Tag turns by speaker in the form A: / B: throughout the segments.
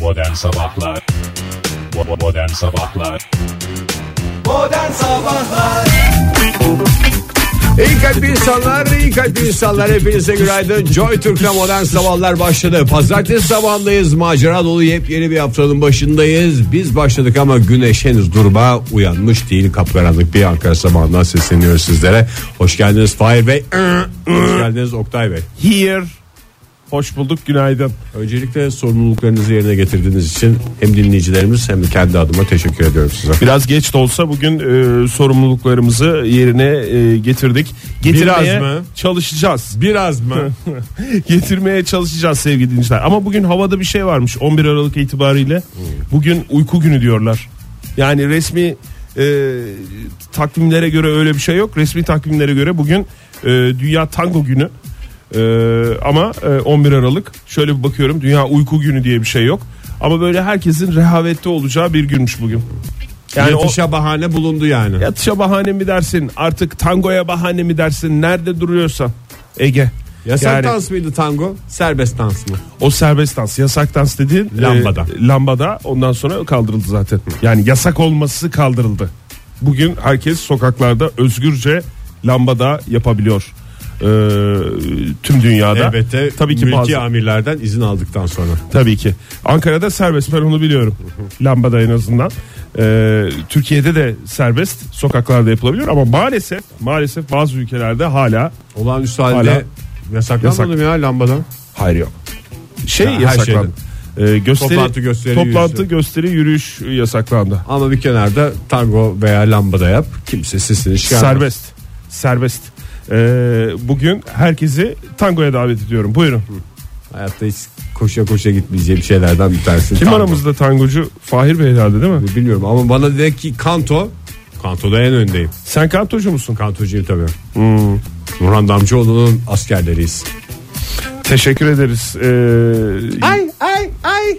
A: Modern Sabahlar Bo- Modern Sabahlar
B: Modern Sabahlar
C: İyi kalpli insanlar, iyi kalpli insanlar hepinize günaydın. Joy Türk'le modern sabahlar başladı. Pazartesi sabahındayız, macera dolu yepyeni bir haftanın başındayız. Biz başladık ama güneş henüz durma uyanmış değil. Kapkaranlık bir Ankara sabahından sesleniyoruz sizlere. Hoş geldiniz Fahir Bey, hoş geldiniz Oktay Bey.
D: Here. Hoş bulduk günaydın.
C: Öncelikle sorumluluklarınızı yerine getirdiğiniz için hem dinleyicilerimiz hem de kendi adıma teşekkür ediyorum size.
D: Biraz geç de olsa bugün e, sorumluluklarımızı yerine e, getirdik. Getirmeye
C: Biraz mı?
D: çalışacağız.
C: Biraz mı?
D: Getirmeye çalışacağız sevgili dinleyiciler. Ama bugün havada bir şey varmış 11 Aralık itibariyle. Bugün uyku günü diyorlar. Yani resmi e, takvimlere göre öyle bir şey yok. Resmi takvimlere göre bugün e, Dünya Tango Günü. E, ama e, 11 Aralık şöyle bir bakıyorum Dünya Uyku Günü diye bir şey yok. Ama böyle herkesin rehavette olacağı bir günmüş bugün.
C: Yani
D: Yani o-
C: Yatışa bahane bulundu yani.
D: Yatışa bahane mi dersin? Artık tangoya bahane mi dersin? Nerede duruyorsan. Ege.
C: Yasak
D: Yani
C: dans mıydı tango? Serbest dans mı?
D: o serbest dans, yasak dans dediğin e,
C: Lambada.
D: lambada ondan sonra kaldırıldı zaten. Yani yasak olması kaldırıldı. Bugün herkes sokaklarda özgürce lambada yapabiliyor. E, tüm dünyada.
C: Elbette
D: tabii ki
C: e, mülki
D: bazı
C: amirlerden izin aldıktan sonra.
D: Tabii ki. Ankara'da serbest ben onu biliyorum. Lambada en azından. Ee, Türkiye'de de serbest sokaklarda yapılabiliyor ama maalesef maalesef bazı ülkelerde hala
C: Olağanüstü
D: Hala
C: halde yasaklanmadı
D: yasak.
C: mı ya lambadan?
D: hayır yok. Şey
C: Ya, her
D: yasaklandı. Ee, gösteri,
C: Toplantı, gösteri,
D: toplantı,
C: yürüyüş.
D: gösteri, yürüyüş yasaklandı.
C: Ama bir kenarda tango veya lambada yap. Kimse sesini çıkarmaz.
D: Serbest. Serbest. Ee, bugün herkesi tangoya davet ediyorum. Buyurun.
C: Hayatta hiç koşa koşa gitmeyeceğim şeylerden bir tanesi.
D: Kim
C: tango.
D: aramızda tangocu? Fahir Bey herhalde değil mi?
C: Bilmiyorum ama bana dedi ki kanto. Kantoda en öndeyim.
D: Sen kantocu musun?
C: Kantocuyum tabii.
D: Hmm.
C: Nurhan Damcıoğlu'nun askerleriyiz.
D: Teşekkür ederiz. Ee,
C: Ay ay ay.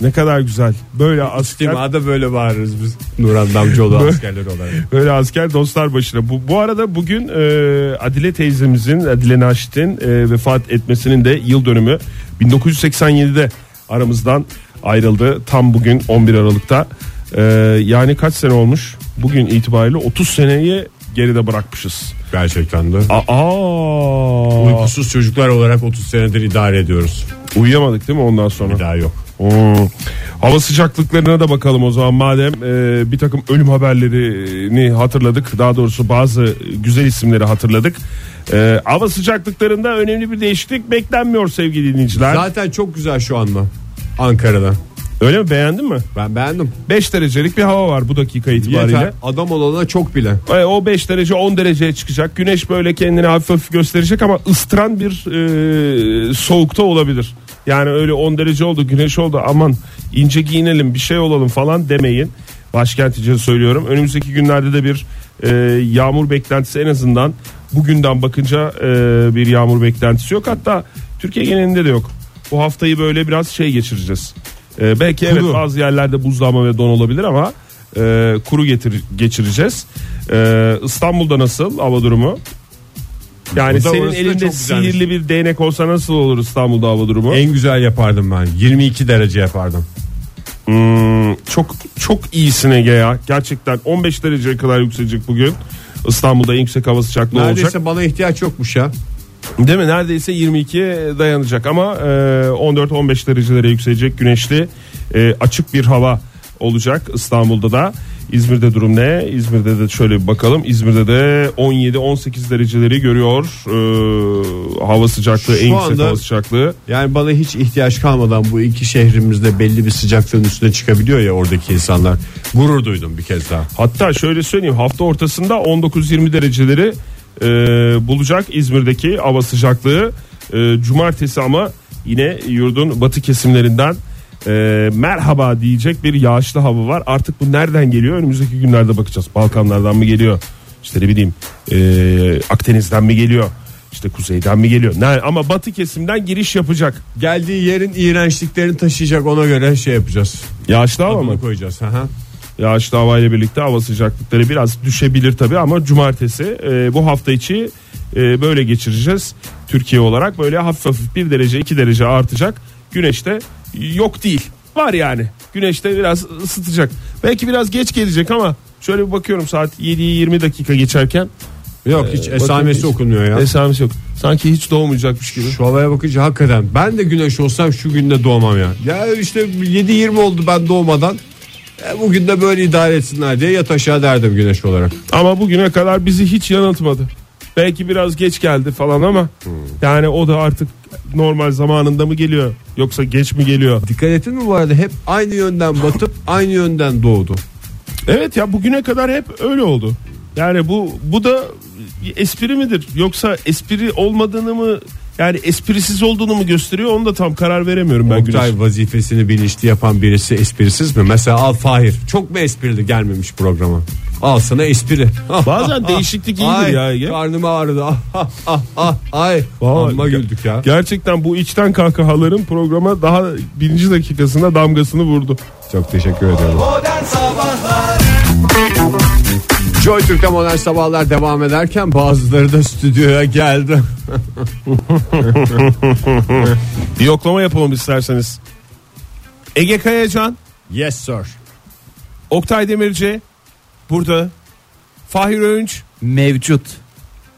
D: Ne kadar güzel. Böyle asker
C: Timada böyle bağırırız biz. Nurhan Damcıoğlu askerleri olarak.
D: böyle asker dostlar başına. Bu, bu arada bugün e, Adile teyzemizin Adile Naşit'in e, vefat etmesinin de yıl dönümü 1987'de aramızdan ayrıldı. Tam bugün 11 Aralık'ta. E, yani kaç sene olmuş? Bugün itibariyle 30 seneyi geride bırakmışız.
C: Gerçekten de.
D: Aa,
C: Uykusuz çocuklar olarak 30 senedir idare ediyoruz.
D: uyuyamadık değil mi ondan sonra?
C: Bir daha yok.
D: Hmm. Hava sıcaklıklarına da bakalım o zaman madem e, bir takım ölüm haberlerini hatırladık daha doğrusu bazı güzel isimleri hatırladık. E, hava sıcaklıklarında önemli bir değişiklik beklenmiyor sevgili dinleyiciler.
C: Zaten çok güzel şu anda Ankara'da.
D: Öyle mi beğendin mi?
C: Ben beğendim.
D: 5 derecelik bir hava var bu dakika itibariyle.
C: Yeter. Adam olana çok bile.
D: E, o 5 derece 10 dereceye çıkacak. Güneş böyle kendini hafif hafif gösterecek ama ıstıran bir e, soğukta olabilir. Yani öyle 10 derece oldu güneş oldu aman ince giyinelim bir şey olalım falan demeyin. Başkent için söylüyorum. Önümüzdeki günlerde de bir e, yağmur beklentisi en azından bugünden bakınca e, bir yağmur beklentisi yok. Hatta Türkiye genelinde de yok. Bu haftayı böyle biraz şey geçireceğiz. E, belki evet
C: Kuru.
D: bazı yerlerde buzlanma ve don olabilir ama e, kuru getir, geçireceğiz. E, İstanbul'da nasıl hava durumu? Yani
C: Burada
D: senin
C: orası da çok
D: elinde
C: güzelmiş.
D: sihirli bir değnek olsa nasıl olur İstanbul'da hava durumu?
C: En güzel yapardım ben. 22 derece yapardım.
D: Hmm, çok çok iyisin Ege ya. Gerçekten 15 dereceye kadar yükselecek bugün. İstanbul'da en yüksek hava sıcaklığı
C: Neredeyse
D: olacak.
C: bana ihtiyaç yokmuş ya.
D: Değil mi? Neredeyse 22'ye dayanacak ama e, 14-15 derecelere yükselecek güneşli e, açık bir hava olacak İstanbul'da da. İzmir'de durum ne? İzmir'de de şöyle bir bakalım. İzmir'de de 17-18 dereceleri görüyor e, hava sıcaklığı, en
C: Şu
D: yüksek
C: anda-
D: hava sıcaklığı.
C: Yani bana hiç ihtiyaç kalmadan bu iki şehrimizde belli bir sıcaklığın üstüne çıkabiliyor ya oradaki insanlar. Gurur duydum bir kez daha.
D: Hatta şöyle söyleyeyim hafta ortasında 19-20 dereceleri e, bulacak İzmir'deki hava sıcaklığı. E, cumartesi ama yine yurdun batı kesimlerinden e, merhaba diyecek bir yağışlı hava var. Artık bu nereden geliyor önümüzdeki günlerde bakacağız. Balkanlardan mı geliyor? İşte ne bileyim e, Akdeniz'den mi geliyor? İşte kuzeyden mi geliyor? Ne, ama batı kesimden giriş yapacak.
C: Geldiği yerin iğrençliklerini taşıyacak ona göre şey yapacağız.
D: Yağışlı hava mı?
C: Bunu koyacağız. Aha.
D: Yağışlı hava ile birlikte hava sıcaklıkları biraz düşebilir tabi ama cumartesi e, bu hafta içi e, böyle geçireceğiz. Türkiye olarak böyle hafif hafif 1 derece 2 derece artacak. Güneş de yok değil. Var yani. Güneşte biraz ısıtacak. Belki biraz geç gelecek ama şöyle bir bakıyorum saat 7'yi 20 dakika geçerken
C: Yok hiç
D: Ee, bakayım
C: esamesi
D: hiç.
C: okunmuyor ya.
D: esamesi yok. Sanki hiç doğmayacakmış gibi.
C: Şu havaya bakınca hakikaten ben de güneş olsam şu günde doğmam ya. Ya işte 7-20 oldu ben doğmadan. E, bugün de böyle idare etsinler diye yat aşağı derdim güneş olarak.
D: Ama bugüne kadar bizi hiç yanıltmadı. Belki biraz geç geldi falan ama
C: Hmm.
D: yani o da artık normal zamanında mı geliyor yoksa geç mi geliyor?
C: Dikkat ettin mi bu arada hep aynı yönden batıp aynı yönden doğdu.
D: Evet ya bugüne kadar hep öyle oldu. Yani bu bu da espri midir yoksa espri olmadığını mı yani esprisiz olduğunu mu gösteriyor onu da tam karar veremiyorum ben
C: Oktay
D: Güneş.
C: vazifesini bilinçli yapan birisi esprisiz mi? Mesela al Fahir çok mu esprili gelmemiş programa? Al sana espri.
D: Bazen değişiklik iyidir
C: Ah, Ay,
D: ya Ege.
C: Karnım ağrıdı. Ah, ah, ah, ah, Ay.
D: Vay.
C: Amma güldük ya.
D: Gerçekten bu içten kahkahaların programa daha birinci dakikasında damgasını vurdu.
C: Çok teşekkür ediyorum.
B: Modern Sabahlar
C: Joy Türk'te modern sabahlar devam ederken bazıları da stüdyoya geldi.
D: Bir yoklama yapalım isterseniz. Ege Kayacan,
C: Yes sir.
D: Oktay Demirci burada. Fahir Öğünç.
E: Mevcut.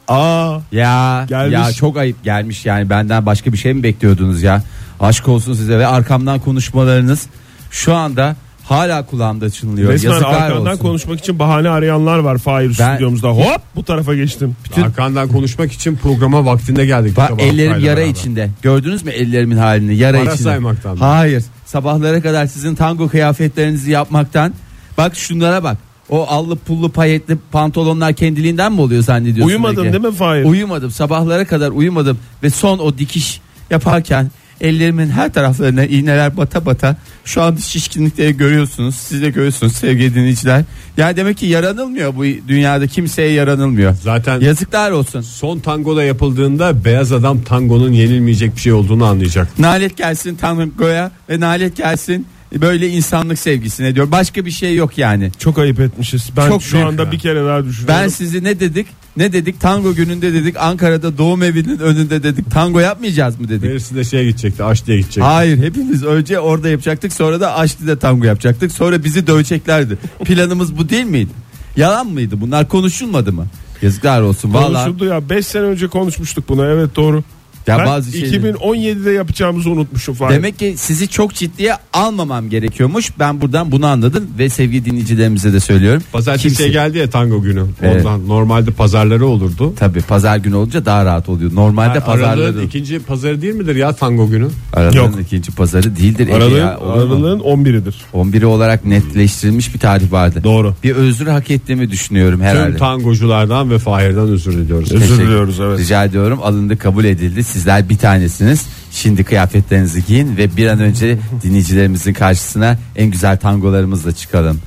D: Aa,
E: Ya
D: Gelmiş.
E: ya çok ayıp gelmiş yani benden başka bir şey mi bekliyordunuz ya? Aşk olsun size ve arkamdan konuşmalarınız şu anda hala kulağımda çınlıyor.
D: resmen
E: Yazıklar
D: arkandan
E: olsun.
D: konuşmak için bahane arayanlar var Fahir
E: Ben-
D: stüdyomuzda. Hop bu tarafa geçtim.
C: Arkandan konuşmak için programa vaktinde geldik.
E: Bak
C: Sabah
E: ellerim
C: Oktay'la
E: yara
C: beraber.
E: içinde. Gördünüz mü ellerimin halini? Yara
C: Para
E: içinde.
C: saymaktan mı?
E: Hayır. Sabahlara kadar sizin tango kıyafetlerinizi yapmaktan. Bak şunlara bak. O allı pullu payetli pantolonlar kendiliğinden mi oluyor zannediyorsun?
D: Uyumadın
E: Ege?
D: değil mi Fahir?
E: Uyumadım. Sabahlara kadar uyumadım ve son o dikiş yaparken ellerimin her taraflarına iğneler bata bata şu an şişkinlikleri görüyorsunuz. Siz de görüyorsunuz sevgili dinleyiciler. Yani demek ki yaranılmıyor bu dünyada kimseye yaranılmıyor.
C: Zaten
E: Yazıklar olsun.
C: son tangoda yapıldığında beyaz adam tangonun yenilmeyecek bir şey olduğunu anlayacak.
E: Nalet gelsin tangoya ve nalet gelsin böyle insanlık sevgisine diyor. Başka bir şey yok yani.
D: Çok ayıp etmişiz. Ben
E: Çok
D: şu
E: büyük
D: anda
E: ya.
D: bir kere daha düşünüyorum.
E: Ben sizi ne dedik? Ne dedik? Tango gününde dedik. Ankara'da doğum evinin önünde dedik. Tango yapmayacağız mı dedik?
C: Birisi de şeye gidecekti Aşli'ye gidecekti.
E: Hayır hepimiz önce orada yapacaktık sonra da Aşti'de tango yapacaktık sonra bizi döveceklerdi. Planımız bu değil miydi? Yalan mıydı bunlar konuşulmadı mı? Yazıklar olsun valla.
D: Konuşuldu ya 5 sene önce konuşmuştuk bunu evet doğru.
E: Ya
D: ben
E: bazı şeyleri-
D: 2017'de yapacağımızı unutmuşum Fahir.
E: Demek ki sizi çok ciddiye almamam gerekiyormuş. Ben buradan bunu anladım ve sevgili dinleyicilerimize de söylüyorum.
C: Pazartesiye
D: şey
E: Kimse-
C: geldi ya tango günü.
E: Evet.
C: Ondan normalde pazarları olurdu.
E: Tabii pazar günü olunca daha rahat oluyor. Normalde
C: Yani Aralığın
E: pazarları
C: ikinci pazarı değil midir ya tango günü?
E: aralığın
D: Yok.
E: ikinci pazarı değildir. Ege
D: Aralığın,
E: ya, olur mu?
D: aralığın 11'idir.
E: 11'i olarak netleştirilmiş bir tarih vardı.
D: Doğru.
E: Bir özür hak ettiğimi düşünüyorum herhalde.
C: Tüm tangoculardan ve Fahir'den özür diliyoruz.
D: Özür
E: Teşekkür-
D: diliyoruz, evet.
E: Rica ediyorum alındı kabul edildi. Sizler bir tanesiniz. Şimdi kıyafetlerinizi giyin ve bir an önce dinleyicilerimizin karşısına en güzel tangolarımızla çıkalım.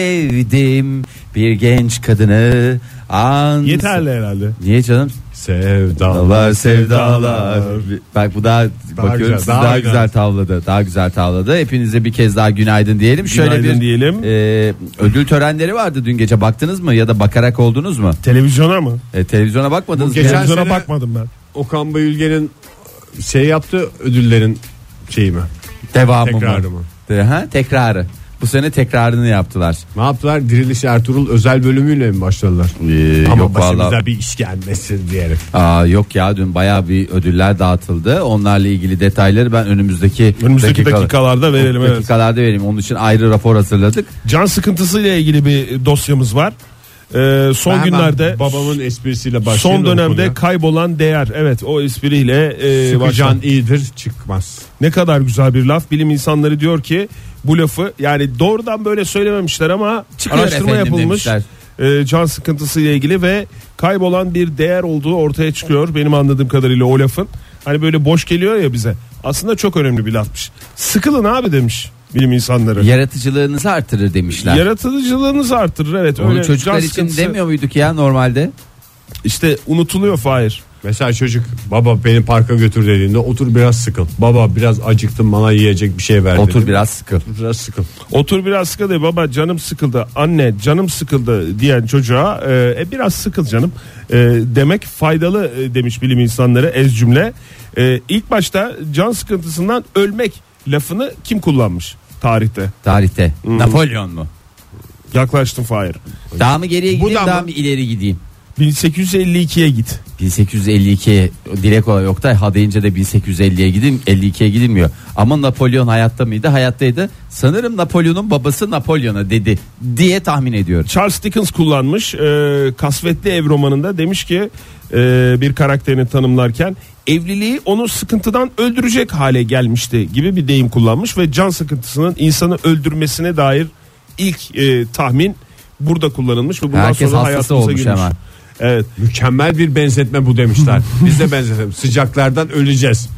E: Sevdim bir genç kadını. An...
D: Yeterli herhalde.
E: Niye canım?
C: Sevdalar.
E: Dağlar sevdalar. Bak bu daha, bakıyorum
C: güzel,
E: siz
C: daha
E: daha,
C: güzel.
E: güzel. tavladı. Daha güzel tavladı. Hepinize bir kez daha günaydın diyelim. Şöyle
D: Günaydın
E: bir
D: diyelim.
E: e, ödül törenleri vardı dün gece baktınız mı ya da bakarak oldunuz mu?
D: Televizyona mı?
E: E, televizyona bakmadınız mı?
C: geçen
E: Yani-
D: Televizyona
C: sene-
D: bakmadım ben.
C: Okan Bayülgen'in şey yaptı ödüllerin şeyi mi?
E: Devamı
C: Tekrarı mı?
E: De- ha, tekrarı. Bu sene tekrarını yaptılar.
C: Ne yaptılar? Diriliş Ertuğrul özel bölümüyle mi başladılar?
E: Ee,
C: Ama
E: yok
C: başımıza
E: vallahi.
C: bir iş gelmesin diyerek.
E: Aa, yok ya dün bayağı bir ödüller dağıtıldı. Onlarla ilgili detayları ben önümüzdeki
D: Önümüzdeki
E: dakikalar-
D: dakikalarda verelim, evet.
E: Dakikalarda vereyim. Onun için ayrı rapor hazırladık.
D: Can sıkıntısıyla ilgili bir dosyamız var. Ee, son
C: Ben hemen
D: günlerde
C: babamın esprisiyle başlayalım.
D: son dönemde kaybolan değer. Evet o espriyle e,
C: Sıkıcan
D: başlan-
C: iyidir çıkmaz.
D: Ne kadar güzel bir laf. Bilim insanları diyor ki bu lafı yani doğrudan böyle söylememişler ama
E: Çıkıyor
D: araştırma
E: efendim
D: yapılmış.
E: demişler.
D: e, can sıkıntısıyla ilgili ve kaybolan bir değer olduğu ortaya çıkıyor benim anladığım kadarıyla o lafın. Hani böyle boş geliyor ya bize. Aslında çok önemli bir lafmış. Sıkılın abi demiş bilim insanları.
E: Yaratıcılığınızı artırır demişler.
D: Yaratıcılığınızı artırır evet.
E: Onu
D: öyle
E: çocuklar
D: can
E: için
D: sıkıntısı-
E: demiyor muyduk ya normalde?
D: İşte unutuluyor Fahir.
C: Mesela çocuk baba beni parka götür dediğinde otur biraz sıkıl. Baba biraz acıktım bana yiyecek bir şey ver.
E: Otur
C: dedi.
E: biraz sıkıl.
C: Otur biraz sıkıl.
D: Otur biraz sıkıl diye baba canım sıkıldı. Anne canım sıkıldı diyen çocuğa e, e, biraz sıkıl canım e, demek faydalı e, demiş bilim insanları ez cümle. E, ilk başta can sıkıntısından ölmek lafını kim kullanmış tarihte?
E: Tarihte. Napolyon mu?
D: Yaklaştım Fahir.
E: Daha mı geriye gideyim
D: da
E: daha
D: mı?
E: mı ileri gideyim?
D: 1852'ye git.
E: 1852 direkt olarak Oktay ha deyince de 1850'ye gidin 52'ye gidilmiyor. Ama Napolyon hayatta mıydı? Hayattaydı. Sanırım Napolyon'un babası Napolyon'a dedi diye tahmin ediyorum.
D: Charles Dickens kullanmış e, kasvetli ev romanında demiş ki e, bir karakterini tanımlarken evliliği onu sıkıntıdan öldürecek hale gelmişti gibi bir deyim kullanmış ve can sıkıntısının insanı öldürmesine dair ilk e, tahmin burada kullanılmış ve bundan
E: Herkes
D: sonra
E: hastası
D: hayatımıza
E: olmuş
D: girmiş.
E: hemen.
D: Evet.
C: Mükemmel bir benzetme bu demişler. Biz de benzetelim. Sıcaklardan öleceğiz.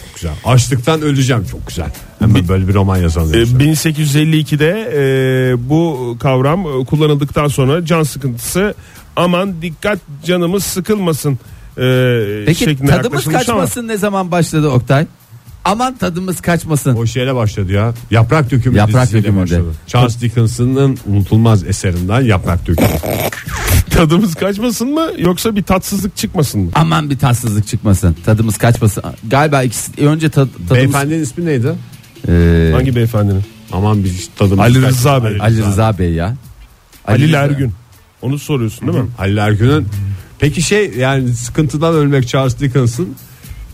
C: Çok güzel. Açlıktan öleceğim. Çok güzel. Hemen böyle bir roman
D: E,
C: yazalım. demişler.
D: 1852'de e, bu kavram e, kullanıldıktan sonra can sıkıntısı aman dikkat canımız sıkılmasın e,
E: Peki
D: şeklinde
E: tadımız
D: yaklaşılmış ama-
E: kaçmasın ne zaman başladı Oktay? Aman tadımız kaçmasın.
C: O şeyle başladı ya. Yaprak dökümü
E: Yaprak
C: dizisiyle
E: Dökümü'nde.
C: başladı. Charles Dickens'ın unutulmaz eserinden Yaprak Dökümü.
D: Tadımız kaçmasın mı yoksa bir tatsızlık çıkmasın mı?
E: Aman bir tatsızlık çıkmasın. Tadımız kaçmasın. Galiba ikisi önce tad- tadımız
C: Beyefendinin ismi neydi?
E: Ee,
D: Hangi beyefendinin?
C: Aman bir tadımız.
D: Ali
C: kaçtı.
D: Rıza Bey.
E: Ali Rıza Bey ya.
D: Ali
E: Rıza.
D: Ergün. Onu soruyorsun değil mi?
C: Halil Ergün'ün peki şey yani sıkıntıdan ölmek Charles Dickens'ın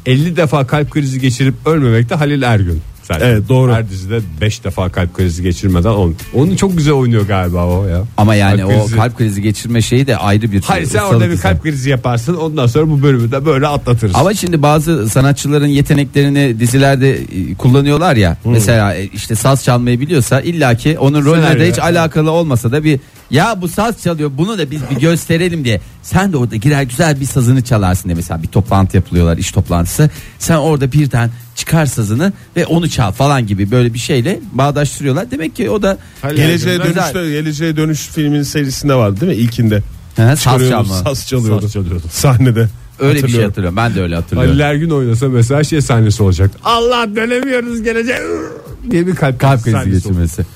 C: 50 defa kalp krizi geçirip ölmemek de Halil Ergün. Zaten
D: Evet, doğru.
C: Her dizide 5 defa kalp krizi geçirmeden on. Onu çok güzel oynuyor galiba o ya.
E: Ama yani
C: Kalp
E: o
C: krizi.
E: kalp krizi geçirme şeyi de ayrı bir
C: Hayır sen
E: ustalık
C: orada bir
E: işi.
C: kalp krizi yaparsın ondan sonra bu bölümü de böyle atlatırsın.
E: Ama şimdi bazı sanatçıların yeteneklerini dizilerde e, kullanıyorlar ya. Mesela e, işte saz çalmayı biliyorsa illaki onun rolüne
C: Hmm. Senaryo.
E: de hiç alakalı olmasa da bir ya bu saz çalıyor bunu da biz bir gösterelim diye. Sen de orada girer güzel bir sazını çalarsın diye mesela bir toplantı yapılıyorlar iş toplantısı. Sen orada birden çıkar sazını ve onu çal falan gibi böyle bir şeyle bağdaştırıyorlar. Demek ki o da
C: Halil
D: Geleceğe
C: Ergün'den-
E: Güzel.
D: dönüşte Geleceğe Dönüş filminin serisinde vardı değil mi? İlkinde.
E: He, saz
D: Çıkarıyordu,
E: çalma.
D: Saz çalıyordu.
C: Saz çalıyordu.
D: Sahnede.
E: Öyle bir şey
D: Hatırlıyorum.
E: hatırlıyorum. Ben de öyle hatırlıyorum.
C: Halil Ergün oynasa mesela şey sahnesi olacak. Allah dönemiyoruz geleceğe diye bir kalp,
E: Kalp krizi
C: sahnesi olacak.
E: geçirmesi.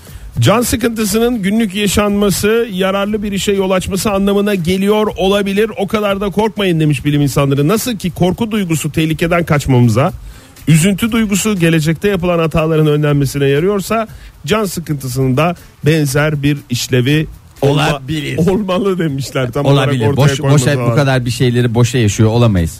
D: Can sıkıntısının günlük yaşanması yararlı bir işe yol açması anlamına geliyor olabilir. O kadar da korkmayın demiş bilim insanları. Nasıl ki korku duygusu tehlikeden kaçmamıza, üzüntü duygusu gelecekte yapılan hataların önlenmesine yarıyorsa can sıkıntısının da benzer bir işlevi olma-
E: Olabilir.
D: olmalı demişler. Tam olarak
E: Olabilir.
D: ortaya
E: Boş,
D: koymadılar.
E: boşa bu kadar bir şeyleri boşa yaşıyor olamayız.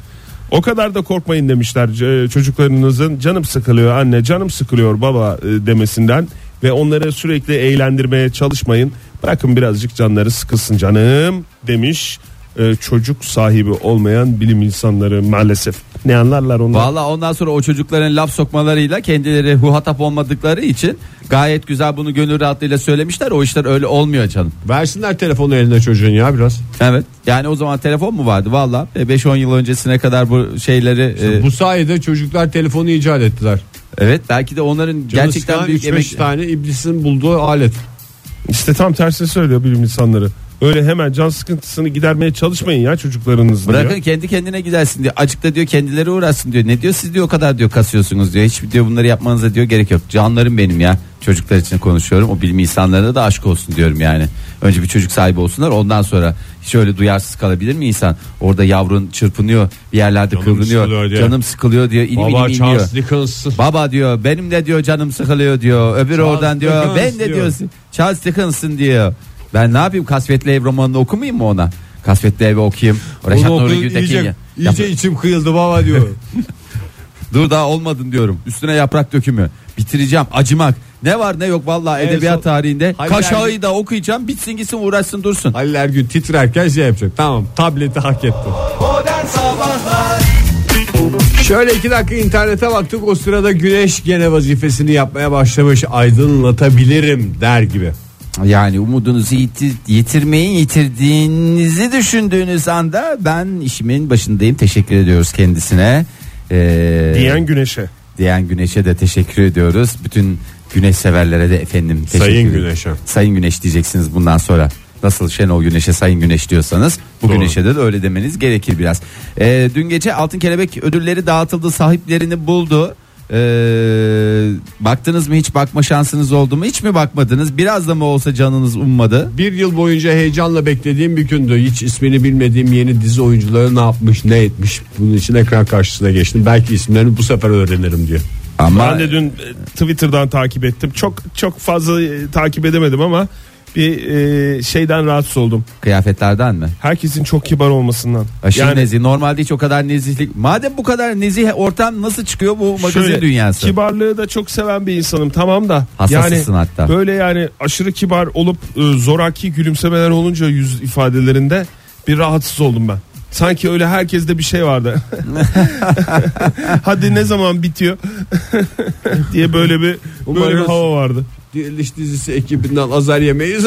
D: O kadar da korkmayın demişler C- çocuklarınızın canım sıkılıyor anne canım sıkılıyor baba e, demesinden ve onları sürekli eğlendirmeye çalışmayın. Bırakın birazcık canları sıkılsın canım demiş e, çocuk sahibi olmayan bilim insanları maalesef. Ne anlarlar onlar?
E: Valla ondan sonra o çocukların laf sokmalarıyla kendileri huhatap olmadıkları için gayet güzel bunu gönül rahatlığıyla söylemişler. O işler öyle olmuyor canım.
C: Versinler telefonu eline çocuğun ya biraz.
E: Evet. Yani o zaman telefon mu vardı? Valla 5-10 yıl öncesine kadar bu şeyleri e,
C: Bu sayede çocuklar telefonu icat ettiler.
E: evet belki de onların
C: Canı
E: gerçekten
C: sıkan
E: büyük
C: 3-5
E: emek
C: tane iblisin bulduğu alet.
D: İşte tam tersini söylüyor bilim insanları. Öyle hemen can sıkıntısını gidermeye çalışmayın ya çocuklarınızla. diyor.
E: Bırakın kendi kendine gidersin diyor. Acıkta diyor kendileri uğraşsın diyor. Ne diyor siz diyor o kadar diyor kasıyorsunuz diyor. Hiç diyor bunları yapmanıza diyor gerek yok. Canlarım benim ya. Çocuklar için konuşuyorum. O bilim insanlarına da aşk olsun diyorum yani. Önce bir çocuk sahibi olsunlar. Ondan sonra şöyle duyarsız kalabilir mi insan? Orada yavrun çırpınıyor. Bir yerlerde
C: Canım
E: kıvrınıyor.
C: sıkılıyor diye.
E: Canım sıkılıyor diyor. İlim
C: Baba
E: ilim iniyor.
C: Charles Dickens.
E: Baba diyor benim de diyor canım sıkılıyor diyor. Öbür
C: Charles
E: oradan diyor
C: Dickens
E: ben de
C: diyor.
E: diyor Charles Dickens'ın diyor. Ben ne yapayım Kasvetli Ev romanını okumayayım mı ona? Kasvetli Ev'i okuyayım. Reşat
C: Onu
E: Nuri
C: okuyun,
E: Gültekin.
C: iyice,
E: ya-
C: iyice
E: Yap-
C: içim kıyıldı baba diyor.
E: Dur daha olmadın diyorum. Üstüne yaprak dökümü. Bitireceğim acımak. Ne var ne yok vallahi
C: En
E: edebiyat
C: son-
E: tarihinde.
C: Hayır,
E: Kaşağı'yı da okuyacağım. Bitsin gitsin uğraşsın dursun.
C: Halil Ergün titrerken şey yapacak. Tamam tableti hak etti.
B: Modern Sabahlar
C: Şöyle iki dakika internete baktık. O sırada güneş gene vazifesini yapmaya başlamış. Aydınlatabilirim der gibi.
E: Yani umudunuzu yitir- yitirmeyin yitirdiğinizi düşündüğünüz anda ben işimin başındayım. Teşekkür ediyoruz kendisine. Ee,
D: Diyen güneşe.
E: diyen Güneş'e de teşekkür ediyoruz. Bütün Güneş severlere de efendim teşekkür
C: Sayın
E: ediyoruz.
C: Güneş'e.
E: Sayın Güneş diyeceksiniz bundan sonra. Nasıl Şenol Güneş'e sayın güneş diyorsanız bu güneşe de, de öyle demeniz gerekir biraz. Ee, dün gece Altın Kelebek ödülleri dağıtıldı sahiplerini buldu. Ee, baktınız mı hiç bakma şansınız oldu mu hiç mi bakmadınız biraz da mı olsa canınız ummadı
C: Bir yıl boyunca heyecanla beklediğim bir gündü. Hiç ismini bilmediğim yeni dizi oyuncuları ne yapmış ne etmiş. Bunun için ekran karşısına geçtim. Belki isimlerini bu sefer öğrenirim diye.
E: ama
D: Ben de dün e, Twitter'dan takip ettim. Çok çok fazla e, takip edemedim ama bir e, şeyden rahatsız oldum.
E: kıyafetlerden mi
D: Herkesin çok kibar olmasından.
E: Aşırı nezih. Normalde hiç o kadar nezihlik. Madem bu kadar nezih ortam nasıl çıkıyor bu magazin
D: şöyle,
E: dünyası?
D: Kibarlığı da çok seven bir insanım tamam da.
E: Hassasısın
D: yani,
E: hatta.
D: Böyle yani aşırı kibar olup e, zoraki gülümsemeler olunca yüz ifadelerinde bir rahatsız oldum ben. Sanki öyle herkeste bir şey vardı. Hadi ne zaman bitiyor diye böyle bir böyle bir
C: Umarız-
D: hava vardı.
C: Diriliş dizisi ekibinden azar yemeyiz.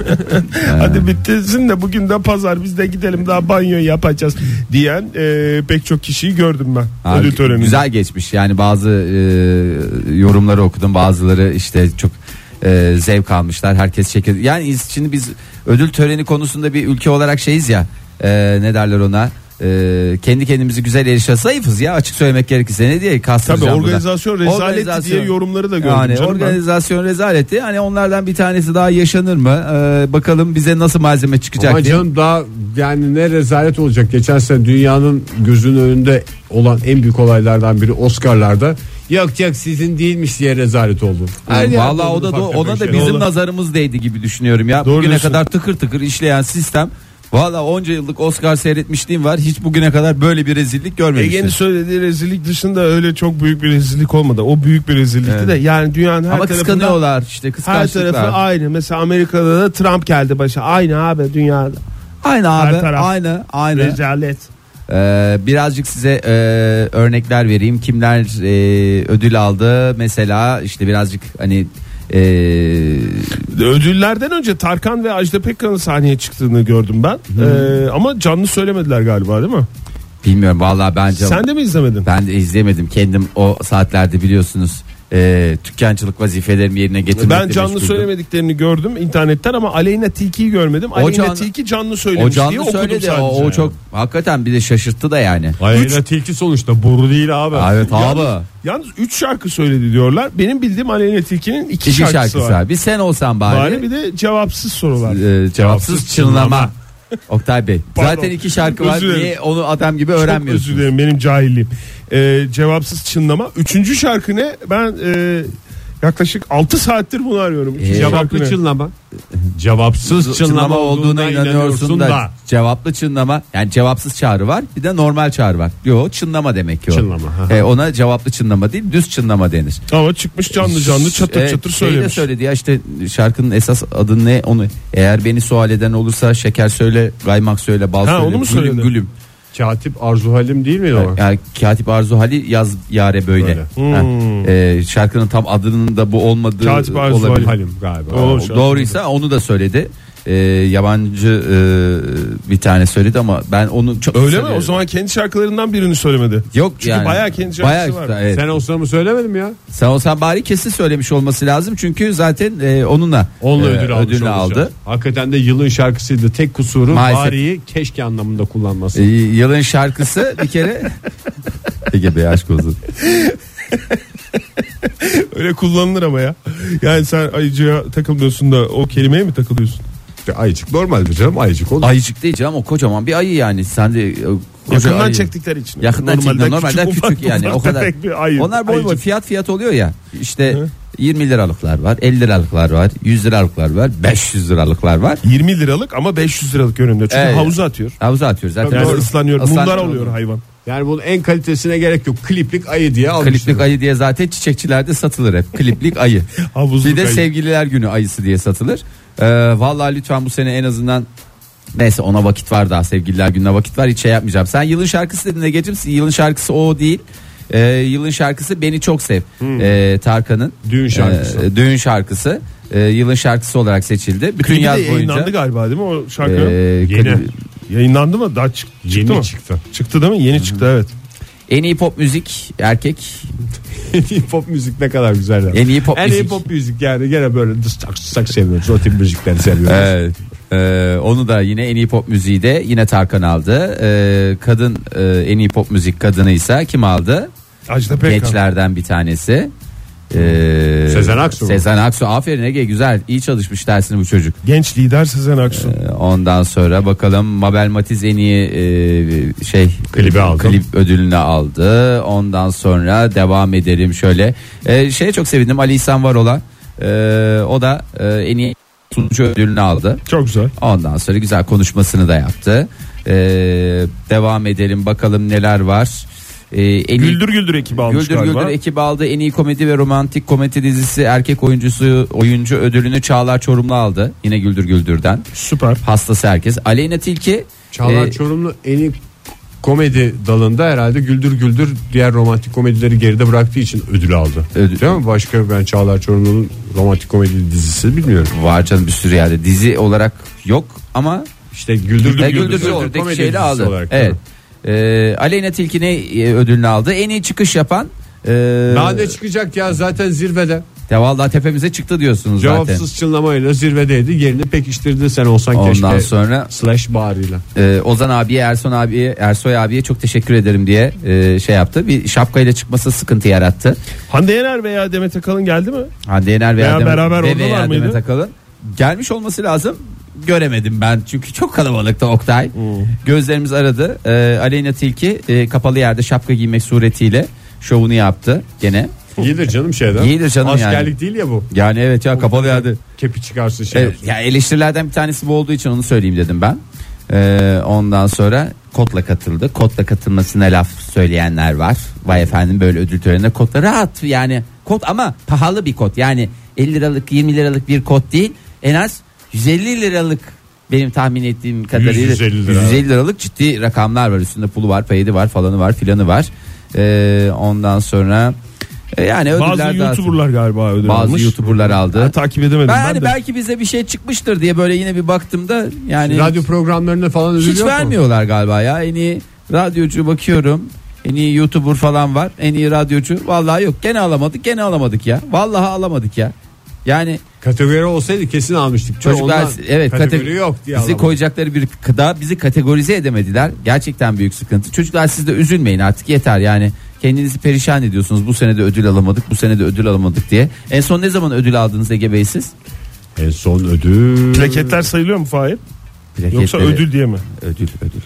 D: Hadi bitirsin de bugün de pazar biz de gidelim daha banyo yapacağız diyen e, pek çok kişiyi gördüm ben
E: Abi,
D: ödül töreninde.
E: güzel geçmiş. Yani bazı e, yorumları okudum. Bazıları işte çok e, zevk almışlar. Herkes şekil. Yani iz- şimdi biz ödül töreni konusunda bir ülke olarak şeyiz ya. E, ne derler ona? E, kendi kendimizi güzel erişe zayıfız ya açık söylemek gerekirse ne diye
D: Tabii
E: kastıracağım burada.
D: organizasyon rezaleti diye
E: Organizasyon.
D: yorumları da gördüm
E: Yani
D: canım ben.
E: organizasyon rezaleti. Hani onlardan bir tanesi daha yaşanır mı? Ee, bakalım bize nasıl malzeme çıkacak
C: Ama
E: diye.
C: canım daha yani ne rezalet olacak. Geçen sene dünyanın gözünün önünde olan en büyük olaylardan biri Oscar'larda. Yok yok sizin değilmiş diye rezalet oldu. Her
E: Yani
C: yerde
E: Vallahi o
C: oldu
E: da
C: ufak tefek şey.
E: do- ona da
C: şeyler.
E: bizim
D: şey. Doğru.
E: nazarımız değdi gibi düşünüyorum ya.
D: Doğru
E: bugüne
D: diyorsun.
E: kadar tıkır tıkır işleyen sistem. Valla onca yıllık Oscar seyretmişliğim var. Hiç bugüne kadar böyle bir rezillik görmemiştim.
D: Ege'nin söylediği rezillik dışında öyle çok büyük bir rezillik olmadı. O büyük bir rezillikti de yani dünyanın her
E: Ama
D: tarafında
E: kıskanıyorlar işte
D: her
E: kıskançlık
D: tarafı
E: var.
D: aynı. Mesela Amerika'da da Trump geldi başa. Aynı abi dünyada.
E: Aynı abi
D: taraf.
E: aynı aynı.
D: Rezalet.
E: Ee, birazcık size e, örnekler vereyim. Kimler e, ödül aldı? Mesela işte birazcık hani e,
D: Ödüllerden önce Tarkan ve Ajda Pekkan'ın sahneye çıktığını gördüm ben. Ee, ama canlı söylemediler galiba değil mi?
E: Bilmiyorum vallahi bence
D: Sen de mi izlemedin?
E: ben de izlemedim kendim o saatlerde biliyorsunuz e, dükkancılık vazifelerimi yerine getirmekle
D: Ben canlı
E: meşguldüm.
D: söylemediklerini gördüm internetten ama Aleyna Tilki'yi görmedim. Aleyna
E: canlı-
D: Tilki canlı
E: O
D: söylemiş diye
E: canlı
D: okudum
E: söyledi
D: sadece.
E: o, o
D: yani.
E: çok hakikaten bir de şaşırttı da yani.
C: Hayır, tilki sonuçta boru değil abi.
E: Evet abi.
D: Yalnız, yalnız 3 şarkı söyledi diyorlar. Benim bildiğim Aleyna Tilki'nin 2
E: İki
D: şarkısı,
E: şarkısı,
D: var.
E: var. Bir sen olsan bari.
D: Bari bir de cevapsız sorular.
E: e, cevapsız çınlama. Oktay Bey.
D: Pardon.
E: Zaten iki şarkı var.
D: Özür dilerim.
E: Niye onu adam gibi
D: Çok özür
E: öğrenmiyorsun?
D: dilerim benim cahilliğim. Ee, cevapsız çınlama. Üçüncü şarkı ne? Ben e, yaklaşık 6 saattir bunu arıyorum. Üçüncü
E: Ee,
D: şarkı ne?
C: Cevaplı çınlama. Cevapsız
E: Çınlama olduğuna inanıyorsun da, cevaplı çınlama yani cevapsız çağrı var bir de normal çağrı var. Yo çınlama demek ki o.
C: Çınlama, ha.
E: E, ona cevaplı çınlama değil düz çınlama denir.
D: Ama çıkmış canlı canlı çatır
E: Evet,
D: çatır
E: E, şeyi de
D: söylemiş.
E: söyledi ya işte şarkının esas adı ne onu. Eğer beni sual eden olursa şeker söyle, kaymak söyle, bal
D: Ha,
E: söyle.
D: onu mu
E: gülüm
D: söyledi?
E: gülüm.
C: Katip Arzu Halim değil mi o?
E: Yani Katip Arzu Hali yaz yare böyle. Ha. Ee, şarkının tam adının da bu olmadığı
D: Hmm. Katip Arzu Hali.
E: olabilir.
C: Halim galiba.
D: O
E: O Doğruysa onu da söyledi. Ee, yabancı e, bir tane söyledi ama ben onu çok
D: Öyle mi?
E: seviyorum.
D: O zaman kendi şarkılarından birini söylemedi.
E: Yok
D: Çünkü
E: yani.
D: bayağı kendi şarkısı var.
E: evet.
C: Sen olsan mı söylemedim ya?
E: Sen olsan bari kesin söylemiş olması lazım çünkü zaten e, onunla
C: Onunla
E: e,
C: ödül almış
E: ödülünü
C: olacak.
E: aldı.
C: Hakikaten de yılın şarkısıydı. Tek kusuru
E: Maalesef.
C: bariyi keşke anlamında kullanması.
E: E, yılın şarkısı bir kere Ege Bey aşk olsun.
D: Öyle kullanılır ama ya. Yani sen ayıcıya takılmıyorsun da o kelimeye mi takılıyorsun?
C: Ayıcık normal bir canım ayıcık olur.
E: Ayıcık değil canım o kocaman bir ayı yani. Sen de e, koca
D: Yakından
E: ayı.
D: çektikleri için.
E: Yakından
D: Normalden
E: çektikleri normalden
D: küçük,
E: küçük,
D: ufak,
E: yani
D: ufak
E: o kadar.
D: tefek bir ayı.
E: Onlar boy boy
D: Ayıcık.
E: fiyat fiyat oluyor ya. İşte 20 liralıklar var, 50 liralıklar var, 100 liralıklar var, 500 liralıklar var.
D: 20 liralık ama 500 liralık önünde. Çünkü
E: Evet.
D: havuza atıyor.
E: Havuza atıyoruz zaten.
D: Yani
E: Doğru.
D: ıslanıyor. Mundar
E: Islanıyor.
D: oluyor hayvan.
C: Yani bunun en kalitesine gerek yok. Kliplik ayı diye almışlar.
E: Kliplik ayı diye zaten çiçekçilerde satılır hep. Kliplik ayı.
D: Havuzluk
E: bir de
D: ayı.
E: sevgililer günü ayısı diye satılır. Ee, vallahi lütfen bu sene en azından neyse ona vakit var daha sevgililer gününe vakit var hiç şey yapmayacağım. Sen yılın şarkısı dedin Ege'cim yılın şarkısı o değil. Ee, yılın şarkısı Beni Çok Sev Ee, Tarkan'ın
C: Düğün şarkısı.
E: Ee, düğün şarkısı Ee, yılın şarkısı olarak seçildi. Bütün
D: Klibi de
E: yaz
D: yayınlandı
E: boyunca.
D: galiba değil mi o şarkı?
E: Ee,
D: yeni.
E: klibi-
D: Yayınlandı mı? Daha çık- çıktı
C: Yeni
D: mı?
C: çıktı.
D: Çıktı değil mi? Yeni çıktı evet.
E: En iyi pop müzik erkek.
C: Yeni pop müzik ne kadar güzel. ya.
E: En iyi pop
C: en iyi
E: müzik.
C: pop müzik yani gene böyle dıstak dıstak seviyoruz. O tip müzikleri seviyoruz.
E: Evet. Ee, onu da yine en iyi pop müziği de yine Tarkan aldı. Ee, kadın e, en iyi pop müzik kadını ise kim aldı?
D: Ajda Pekkan.
E: Gençlerden bir tanesi. Ee,
C: Sezen Aksu mu?
E: Sezen Aksu. Aferin Ege güzel. iyi çalışmış dersini bu çocuk.
D: Genç lider Sezen Aksu.
E: Ee, Ondan sonra bakalım Mabel Matiz en iyi e, şey
C: Klibi aldı.
E: klip ödülünü aldı. Ondan sonra devam edelim şöyle. E, şeye çok sevindim Ali İhsan Varol'a. E, o da e, en iyi sunucu ödülünü aldı.
D: Çok güzel.
E: Ondan sonra güzel konuşmasını da yaptı. E, devam edelim bakalım neler var. E, en iyi-
D: Güldür Güldür ekibi almış
E: Güldür
D: galiba.
E: Güldür ekibi aldı en iyi komedi ve romantik komedi dizisi erkek oyuncusu oyuncu ödülünü Çağlar Çorumlu aldı. Yine Güldür Güldür'den
D: Süper.
E: hastası herkes. Aleyna Tilki
C: Çağlar
E: e,
C: Çorumlu en iyi komedi dalında herhalde Güldür Güldür diğer romantik komedileri geride bıraktığı için ödül aldı.
E: Ödül-
C: Değil mi? Başka ben Çağlar Çorumlu'nun romantik komedi dizisi bilmiyorum.
E: var canım bir sürü yerde dizi olarak yok ama
C: İşte Güldür Güldür,
E: e, Güldür Güldür oradaki
C: komedi
E: şeyle
C: dizisi
E: aldı.
C: olarak.
E: evet. E, Aleyna Tilki ne e, ödülünü aldı? En iyi çıkış yapan e,
C: Daha ne çıkacak ya zaten zirvede.
E: ya vallahi tepemize çıktı diyorsunuz
C: Cevapsız
E: zaten.
C: çınlamayla zirvedeydi. Yerini pekiştirdi sen olsan
E: Ondan
C: keşke.
E: sonra
C: Slash bağrıyla.
E: e, Ozan abiye, Erson abiye, Ersoy abiye çok teşekkür ederim diye e, şey yaptı. Bir şapkayla çıkması sıkıntı yarattı.
D: Hande Yener veya Demet Akalın geldi mi?
E: Hande Yener veya,
D: Veya
E: Demet-
D: beraber
E: ve
D: oradalar
E: veya
D: mıydı?
E: Demet Akalın gelmiş olması lazım. Göremedim ben çünkü çok kalabalıktı Oktay.
D: Hmm.
E: Gözlerimiz aradı. Ee, Aleyna Tilki e, kapalı yerde şapka giymek suretiyle şovunu yaptı gene.
C: İyidir canım şeyden.
E: İyidir canım yani.
C: Askerlik değil ya bu.
E: Yani evet ya kapalı yerde.
C: Kepi çıkarsın şey
E: Evet,
C: yapsın.
E: ya eleştirilerden bir tanesi bu olduğu için onu söyleyeyim dedim ben. Ee, ondan sonra kotla katıldı. Kotla katılmasına laf söyleyenler var. Vay efendim böyle ödül töreninde kotla rahat yani kot ama pahalı bir kot. Yani 50 liralık 20 liralık bir kot değil. En az 150 liralık benim tahmin ettiğim kadarıyla
C: 150 lira.
E: 150 liralık ciddi rakamlar var. Üstünde pulu var, payidi var, falanı var, filanı var. Ee, ondan sonra e, yani ödüller
D: Bazı
E: dağıtıldı.
D: YouTuber'lar galiba ödül
E: bazı
D: almış.
E: YouTuber'lar aldı.
D: Ben takip edemedim
E: Ben
D: ben,
E: hani
D: de.
E: belki bize bir şey çıkmıştır diye böyle yine bir baktım da yani
C: Radyo programlarında falan ödül
E: hiç
C: yok mu?
E: vermiyorlar galiba ya. En iyi radyocu bakıyorum. En iyi YouTuber falan var. En iyi radyocu. Vallahi yok. Gene alamadık. Gene alamadık ya. Vallahi alamadık ya. Yani
C: Kategori olsaydı kesin almıştık.
E: çocuklar
C: Ondan
E: evet
C: kategori
E: kate-
C: yok diye
E: bizi
C: alamadık.
E: koyacakları bir kıda bizi kategorize edemediler. Gerçekten büyük sıkıntı. Çocuklar siz de üzülmeyin artık yeter yani. Kendinizi perişan ediyorsunuz. Bu sene de ödül alamadık. Bu sene de ödül alamadık diye. En son ne zaman ödül aldınız Ege Bey siz?
C: En son ödül.
D: Plaketler sayılıyor mu Fahir? Yoksa
E: Plaketleri-
D: ödül diye mi?
E: ödül ödül.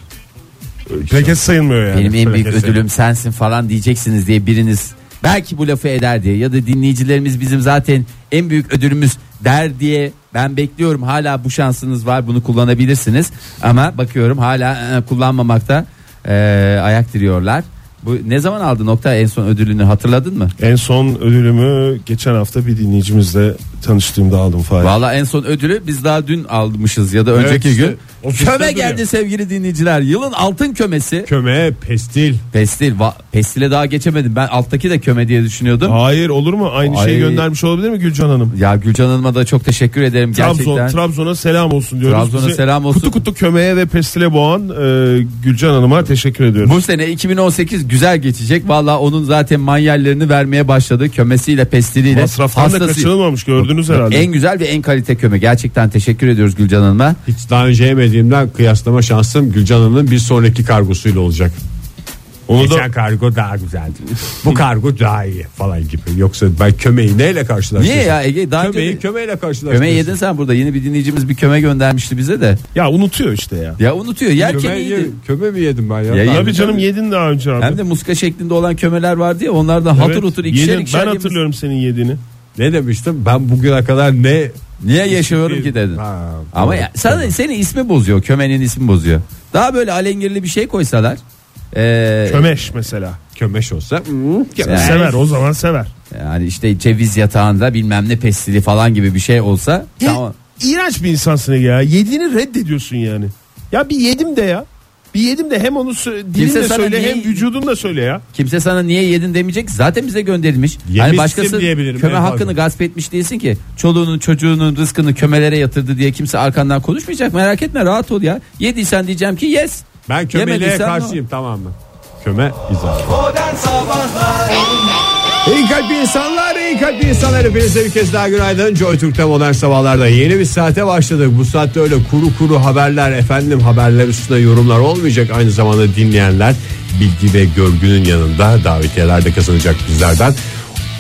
D: Plaket sayılmıyor yani.
E: Benim en büyük
D: Plaket
E: ödülüm sensin falan diyeceksiniz diye biriniz belki bu lafı eder diye ya da dinleyicilerimiz bizim zaten en büyük ödülümüz der diye ben bekliyorum. Hala bu şansınız var bunu kullanabilirsiniz ama bakıyorum hala e, kullanmamakta e, ayak diriyorlar. Bu ne zaman aldı nokta en son ödülünü hatırladın mı?
D: En son ödülümü geçen hafta bir dinleyicimizle tanıştığımda aldım Fahir.
E: Valla en son ödülü biz daha dün almışız ya da
C: Evet,
E: önceki
C: işte
E: gün.
C: ofiste
E: Köme
C: duruyor.
E: geldi sevgili dinleyiciler. Yılın altın kömesi.
C: Köme, pestil.
E: Pestil. va- Pestile daha geçemedim. Ben alttaki de köme diye düşünüyordum.
D: Hayır olur mu? Aynı
E: Ay.
D: şeyi göndermiş olabilir mi Gülcan Hanım?
E: Ya Gülcan Hanım'a da çok teşekkür ederim gerçekten.
D: Trabzon, Trabzon'a selam olsun diyoruz.
E: Trabzon'a
D: Bizi
E: selam olsun.
D: Kutu kutu kömeğe ve pestile boğan e, Gülcan Hanım'a teşekkür ediyorum.
E: Bu sene 2018 güzel geçecek. Valla onun zaten manyellerini vermeye başladı. Kömesiyle, pestiliyle.
D: Masraftan da
E: hastası-
D: kaçınılmamış gördünüz herhalde.
E: En güzel ve en kalite köme. Gerçekten teşekkür ediyoruz Gülcan Hanım'a.
C: Hiç daha önce yemediğimden kıyaslama şansım Gülcan Hanım'ın bir sonraki kargosuyla olacak.
D: Onu da
C: Geçen kargo daha güzeldi. Bu kargo daha iyi falan gibi. Yoksa ben kömeği neyle karşılaştırdım?
E: Niye ya Ege? Daha önce
C: Kömeği
E: de-
C: kömeyle karşılaştırdım.
E: kömeği yedin sen burada. Yeni bir dinleyicimiz bir köme göndermişti bize de.
D: ya unutuyor işte ya.
E: Ya unutuyor. Yerken
C: Köme,
E: iyiydi.
C: köme mi yedim ben ya?
E: Ya
C: Ben-
E: yedim.
D: Tabii canım yedin daha önce abi.
E: Hem de muska şeklinde olan kömeler vardı ya. Onlar da hatır
D: Evet,
E: otur ikişer
D: yedin.
E: ikişer.
D: Ben
E: yemiş-
D: hatırlıyorum senin yediğini.
C: Ne demiştim? Ben bugüne kadar ne...
E: Niye yaşıyorum ki dedin.
C: Ha,
E: Ama
C: doğru.
E: ya, sana, seni ismi bozuyor. Kömenin ismi bozuyor. Daha böyle alengirli bir şey koysalar. ee,
D: Kömeş mesela.
C: Kömeş olsa... hmm, köme.
E: Yani.
D: Sever o zaman sever.
E: yani işte ceviz yatağında bilmem ne pestili falan gibi bir şey olsa. Tamam.
D: İğrenç bir insansın Ege ya. Yediğini reddediyorsun yani. Ya bir yedim de ya. Bir yedim de hem onu sö-
E: Kimse
D: dilinle
E: sana
D: söyle
E: niye-
D: hem vücudunla söyle ya.
E: Kimse sana niye yedin demeyecek. Zaten bize gönderilmiş. Hani
C: Yemiştim
E: başkası
C: diyebilirim
E: köme
C: en fazla.
E: hakkını gasp etmiş değilsin ki. Çoluğunun çocuğunun rızkını kömelere yatırdı diye kimse arkandan konuşmayacak. Merak etme rahat ol ya. Yediysen diyeceğim ki yes.
C: Ben kömeliğe
E: Yemediysen no.
C: karşıyım tamam mı? Köme izah.
B: Modern Sabahlar
C: İyi kalpli insanlar, iyi kalpli insanlar hepinize bir kez daha günaydın. Joy Türk'te modern sabahlarda yeni bir saate başladık. Bu saatte öyle kuru kuru haberler, efendim haberler üstüne yorumlar olmayacak. Aynı zamanda dinleyenler bilgi ve görgünün yanında davetiyeler de kazanacak bizlerden.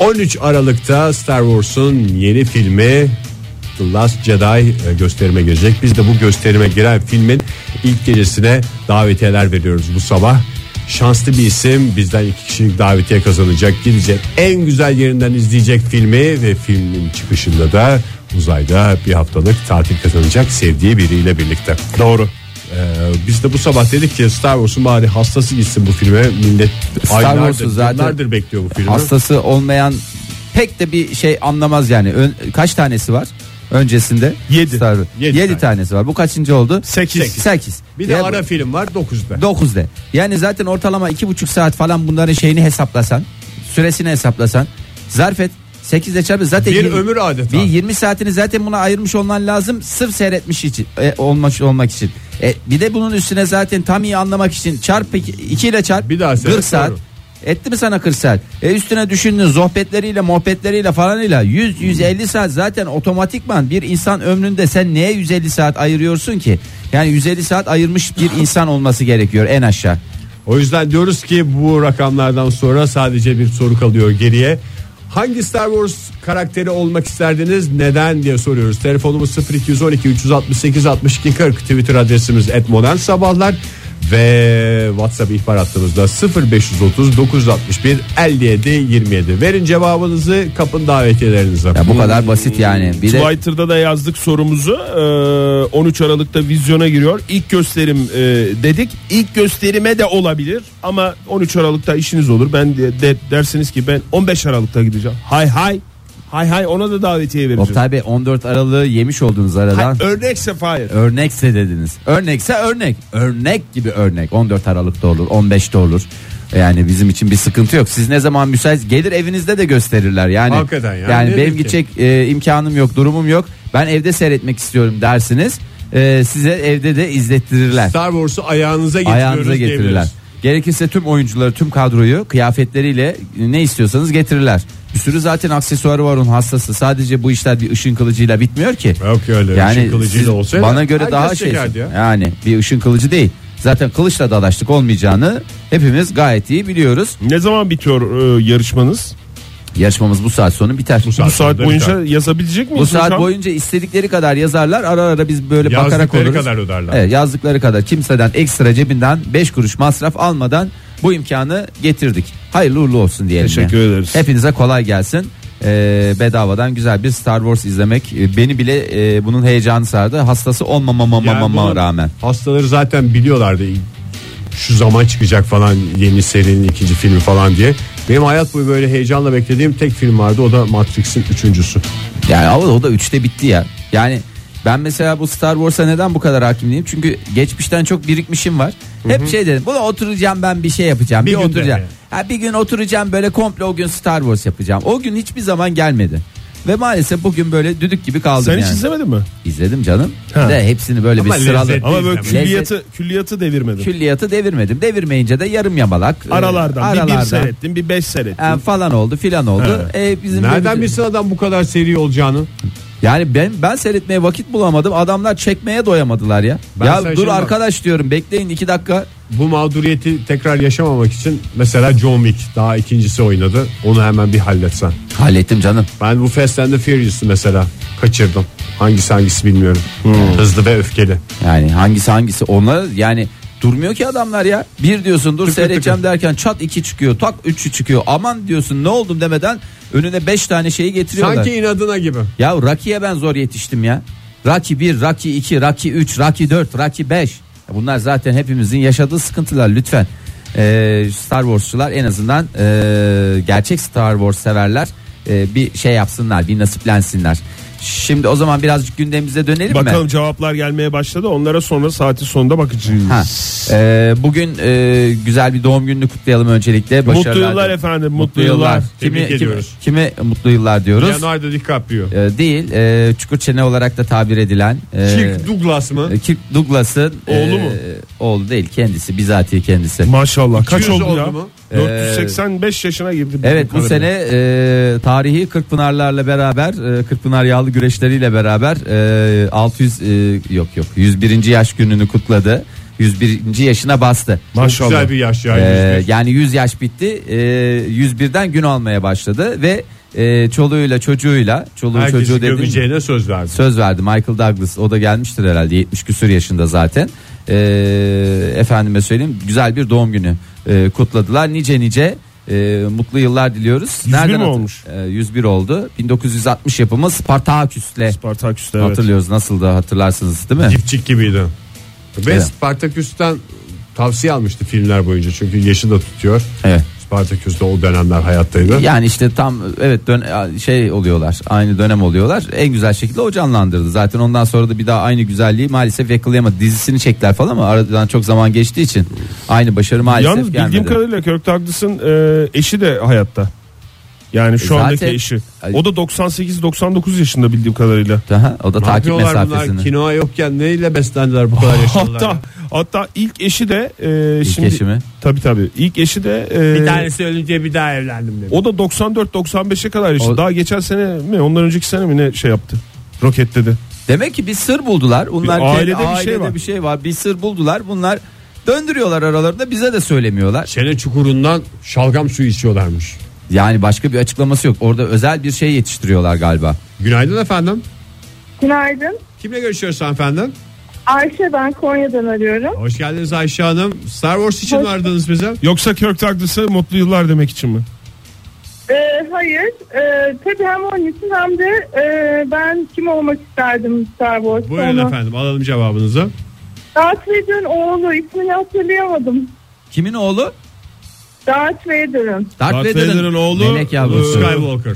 C: 13 Aralık'ta Star Wars'un yeni filmi The Last Jedi e, gösterime girecek. Biz de bu gösterime giren filmin ilk gecesine davetiyeler veriyoruz bu sabah. Şanslı bir isim bizden iki kişilik davetiye kazanacak. Gidecek en güzel yerinden izleyecek filmi ve filmin çıkışında da uzayda bir haftalık tatil kazanacak sevdiği biriyle birlikte. Doğru. biz de bu sabah dedik ki Star Wars'un bari hastası gitsin bu filme. Millet
E: Star
C: aylardır,
E: Wars'un zaten-
C: yıllardır bekliyor bu filmi.
E: Hastası olmayan pek de bir şey anlamaz yani. Ön- kaç tanesi var? Öncesinde
D: Yedi.
E: Star-
C: Yedi
E: Yedi,
C: tane.
E: tanesi var. Bu kaçıncı oldu?
D: Sekiz.
E: Sekiz.
C: Bir de
E: Ya-
C: ara film var 9'da.
E: 9'da. Yani zaten ortalama iki buçuk saat falan bunların şeyini hesaplasan, süresini hesaplasan, zarf et 8'de çarpı zaten
C: Bir
E: yirmi-
C: ömür adeta.
E: Bir 20 saatini zaten buna ayırmış olman lazım sırf seyretmiş için e, olmuş olmak için. E, bir de bunun üstüne zaten tam iyi anlamak için çarp 2 ile çarp
C: Bir daha seyret,
E: 40 saat.
C: doğru.
E: Etti mi sana 40 saat? E üstüne düşündün sohbetleriyle muhabbetleriyle falanıyla 100-150 saat zaten otomatikman bir insan ömründe sen neye 150 saat ayırıyorsun ki? Yani 150 saat ayırmış bir insan olması gerekiyor en aşağı.
C: O yüzden diyoruz ki bu rakamlardan sonra sadece bir soru kalıyor geriye. Hangi Star Wars karakteri olmak isterdiniz neden diye soruyoruz. Telefonumuz 0212 368 62 40 Twitter adresimiz @modernsabahlar ve WhatsApp ihbar hattımızda 0530 961 57 27. Verin cevabınızı kapın davetiyelerinize.
E: Ya bu kadar basit yani. Bir de
D: Twitter'da da yazdık sorumuzu. Ee, 13 Aralık'ta vizyona giriyor. İlk gösterim e, dedik. İlk gösterime de olabilir ama 13 Aralık'ta işiniz olur. Ben de, de- dersiniz ki ben 15 Aralık'ta gideceğim. Hay hay. Hay hay ona da davetiye vereceğim.
E: Oktay Bey 14 Aralık'ı yemiş olduğunuz aradan.
D: Hay- örnekse hayır.
E: Örnekse dediniz. Örnekse örnek. Örnek gibi örnek. 14 Aralık'ta olur, 15'te olur. Yani bizim için bir sıkıntı yok. Siz ne zaman müsait gelir evinizde de gösterirler. Yani
C: Hakikaten ya, ne
E: yani
C: bileyim
E: benim
C: ki?
E: gidecek e, imkanım yok, durumum yok. Ben evde seyretmek istiyorum dersiniz. E, size evde de izlettirirler.
C: Star Wars'u ayağınıza getiriyoruz
E: Ayağınıza getirirler.
C: diyebiliriz.
E: Gerekirse tüm oyuncuları, tüm kadroyu kıyafetleriyle ne istiyorsanız getirirler. Bir sürü zaten aksesuarı var onun hastası. Sadece bu işler bir ışın kılıcıyla bitmiyor ki.
C: Yok öyle, ışın kılıcıyla
E: siz-
C: olsaydı
E: bana göre
C: herkes
E: daha şey.
C: çekerdi ya.
E: Yani bir ışın kılıcı değil. Zaten kılıçla dalaştık olmayacağını hepimiz gayet iyi biliyoruz.
D: Ne zaman bitiyor e, yarışmanız?
E: Yarışmamız bu saat sonu biter. Bu
D: Bu
C: Saat
D: saat
C: sonunda
D: boyunca yazabilecek miyiz?
E: bu saat
D: hocam?
E: boyunca istedikleri kadar yazarlar. Ara ara biz böyle
C: Yazdıkları
E: bakarak oluruz.
C: kadar öderler.
E: Evet, yazdıkları kadar kimseden ekstra cebinden 5 kuruş masraf almadan bu imkanı getirdik. Hayırlı uğurlu olsun diyelim.
D: Teşekkür
E: ya.
D: ederiz.
E: Hepinize kolay gelsin. Ee, bedavadan güzel bir Star Wars izlemek e, beni bile e, bunun heyecanı sardı. Hastası
C: Yani
E: olmamamama
C: bunun
E: rağmen.
C: Hastaları zaten biliyorlardı şu zaman çıkacak falan yeni serinin ikinci filmi falan diye. Benim hayat boyu böyle heyecanla beklediğim tek film vardı o da Matrix'in üçüncüsü.
E: Yani ama o da 3'te bitti ya. Yani ben mesela bu Star Wars'a neden bu kadar hakim değilim? Çünkü geçmişten çok birikmişim var. Hep şey dedim. Buna oturacağım ben bir şey yapacağım.
C: Bir
E: Bir,
C: günde
E: oturacağım.
C: yani.
E: Ha, bir gün oturacağım böyle komple o gün Star Wars yapacağım. O gün hiçbir zaman gelmedi. Ve maalesef bugün böyle düdük gibi kaldım
D: Sen hiç
E: yani.
D: izlemedin mi?
E: İzledim canım.
D: Ha.
E: De hepsini böyle
C: Ama
E: bir sıralı.
C: lezzetli.
D: Ama böyle
C: İzlemedim.
D: külliyatı, külliyatı devirmedin.
E: Külliyatı devirmedim. Devirmeyince de yarım yamalak. e,
D: aralardan, bir bir
E: aralardan,
D: seyrettin bir beş seyrettin.
E: e, falan oldu filan oldu. E, bizim de
C: Nereden
E: bir-
C: bilsin adam bu kadar seri olacağını?
E: Yani ben ben seyretmeye vakit bulamadım. Adamlar çekmeye doyamadılar ya.
C: Ben
E: ya
C: şaşırmam.
E: dur arkadaş diyorum bekleyin iki dakika.
C: Bu mağduriyeti tekrar yaşamamak için mesela John Wick daha ikincisi oynadı. Onu hemen bir halletsen.
E: Hallettim canım.
C: Ben bu Fast and the Furious'ı mesela kaçırdım. Hangisi hangisi bilmiyorum. Hızlı ve öfkeli.
E: Yani hangisi hangisi onlar yani durmuyor ki adamlar ya. Bir diyorsun dur seyredeceğim derken çat iki çıkıyor tak üçü çıkıyor. Aman diyorsun ne oldum demeden önüne beş tane şeyi getiriyorlar.
C: Sanki inadına gibi.
E: Ya Rocky'ye ben zor yetiştim ya. Rocky 1, Rocky 2, Rocky 3, Rocky 4, Rocky 5. Bunlar zaten hepimizin yaşadığı sıkıntılar lütfen. Ee, Star Wars'çılar en azından ee, gerçek Star Wars severler ee, bir şey yapsınlar, bir nasiplensinler. Şimdi o zaman birazcık gündemimize dönelim mi?
D: Bakalım cevaplar gelmeye başladı. Onlara sonra saati sonunda bakacağız.
E: Ha, ee, bugün ee, güzel bir doğum gününü kutlayalım öncelikle.
D: Mutlu
E: Başarılar
D: yıllar
E: dilerim.
D: efendim. Mutlu,
E: Mutlu
D: yıllar.
E: yıllar. Kimi,
C: Tebrik
E: kimi,
C: ediyoruz.
E: kime mutlu yıllar diyoruz?
C: Leonardo DiCaprio.
E: Ee, değil, ee, çukur çene olarak da tabir edilen. ee,
C: Kirk Douglas mı?
E: Kirk Douglas'ın
D: Oğlu
E: e,
D: mu?
E: Oğlu değil kendisi bizatihi kendisi.
D: Maşallah kaç
C: 200
D: oldu,
C: oldu
D: ya?
C: mu?
D: 485 yaşına girdi. bizim
E: Ee, Evet bu
D: karımız.
E: sene e, tarihi Kırkpınarlarla beraber e, Kırkpınar yağlı güreşleriyle beraber e, 600 e, yok yok 101. yaş gününü kutladı. 101. yaşına bastı.
D: Maşallah. Ee,
C: Güzel bir yaş yani.
E: E, yani 100 yaş bitti. E, 101'den gün almaya başladı ve e, çoluğuyla çocuğuyla çoluğu
C: Herkesi
E: çocuğu dedim.
C: gömeceğine söz verdi.
E: Söz verdi Michael Douglas o da gelmiştir herhalde 70 küsür yaşında zaten. Ee, efendime söyleyeyim güzel bir doğum günü e, kutladılar. Nice nice e, mutlu yıllar diliyoruz.
D: 101 mi
E: hatır-
D: olmuş?
E: E, 101 oldu. 1960 yapımı Spartaküs'le
D: Spartaküs'te evet.
E: hatırlıyoruz. Nasıl da hatırlarsınız değil mi?
C: Dipçik gibiydi. Ve
E: Evet.
C: Spartaküs'ten tavsiye almıştı filmler boyunca. Çünkü yaşı da tutuyor.
E: Evet.
C: Spartaküs de o dönemler hayattaydı.
E: Yani işte tam evet dön şey oluyorlar. Aynı dönem oluyorlar. En güzel şekilde o canlandırdı. Zaten ondan sonra da bir daha aynı güzelliği maalesef yakalayamadı. Dizisini çektiler falan ama aradan çok zaman geçtiği için aynı başarı maalesef
D: Yalnız bildiğim
E: gelmedi.
D: kadarıyla Kirk Douglas'ın e, eşi de hayatta. Yani şu
E: E zaten-
D: andaki eşi.
E: Ay-
D: O da 98-99 yaşında bildiğim kadarıyla.
E: Aha, o da
C: Ne
E: takip
C: yapıyorlar
E: mesafesini.
C: bunlar? Kinoa yokken neyle beslendiler bu kadar yaşlılar?
D: Hatta hatta ilk eşi de e,
E: İlk
D: şimdi
E: eşi mi?
D: tabii tabii. İlk eşi de e,
C: ölünce bir daha evlendim dedi.
D: o da 94-95'e kadar yaşında.
E: O-
D: Daha geçen sene mi ondan önceki sene mi ne şey yaptı? Roketledi.
E: Demek ki bir sır buldular. Bunlar
D: Bir
E: kendi-
D: ailede bir şey
E: ailede
D: var.
E: bir şey var. Bir sır buldular. Bunlar döndürüyorlar aralarında bize de söylemiyorlar.
C: Çene çukurundan şalgam suyu içiyorlarmış.
E: Yani başka bir açıklaması yok. Orada özel bir şey yetiştiriyorlar galiba.
C: Günaydın efendim.
F: Günaydın.
C: Kimle görüşüyoruz efendim?
F: Ayşe ben Konya'dan arıyorum.
C: Hoş geldiniz Ayşe Hanım. Star Wars için
F: Hoş-
C: vardınız bize.
D: Yoksa Kirk Douglas'ı mutlu yıllar demek için mi?
F: Ee, hayır. Ee, tabii hem onun için hem de e, ben kim olmak isterdim Star Wars'ta.
C: Buyurun
F: onu.
C: efendim alalım cevabınızı.
F: Darth Vader'ın oğlu ismini hatırlayamadım.
E: Kimin oğlu?
F: Darth Vader'ın.
E: Darth,
D: Darth Vader'ın oğlu,
E: melek yavrusu.
D: Ee,
C: Skywalker.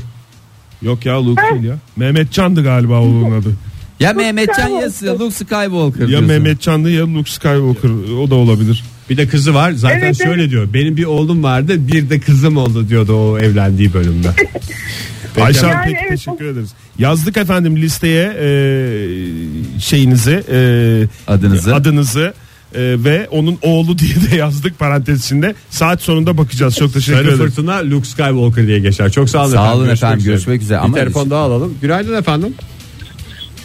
D: Yok ya Luke değil ya. Mehmet Can'dı galiba oğlunun adı.
E: Ya Mehmetcan ya
F: Skywalker.
E: Luke Skywalker
D: Ya
E: diyorsun.
D: Mehmet Can'dı ya Luke Skywalker. O da olabilir.
C: Bir de kızı var. Zaten
F: Evet,
C: şöyle diyor. Benim bir oğlum vardı, bir de kızım oldu diyordu o evlendiği bölümde. Peki,
D: Ayşe
F: Yani
D: Hanım, peki,
F: evet,
D: teşekkür ederiz. Yazdık efendim listeye e, şeyinizi e,
E: Adınızı.
D: adınızı e, ve onun oğlu diye de yazdık parantez içinde. Saat sonunda bakacağız. Çok teşekkür
C: Sarı
D: ederiz.
C: fırtına Luke Skywalker diye geçer. Çok sağ olun
E: Sağ olun efendim, görüşmek üzere.
C: Bir
E: Ama-
C: telefon daha alalım. Günaydın efendim.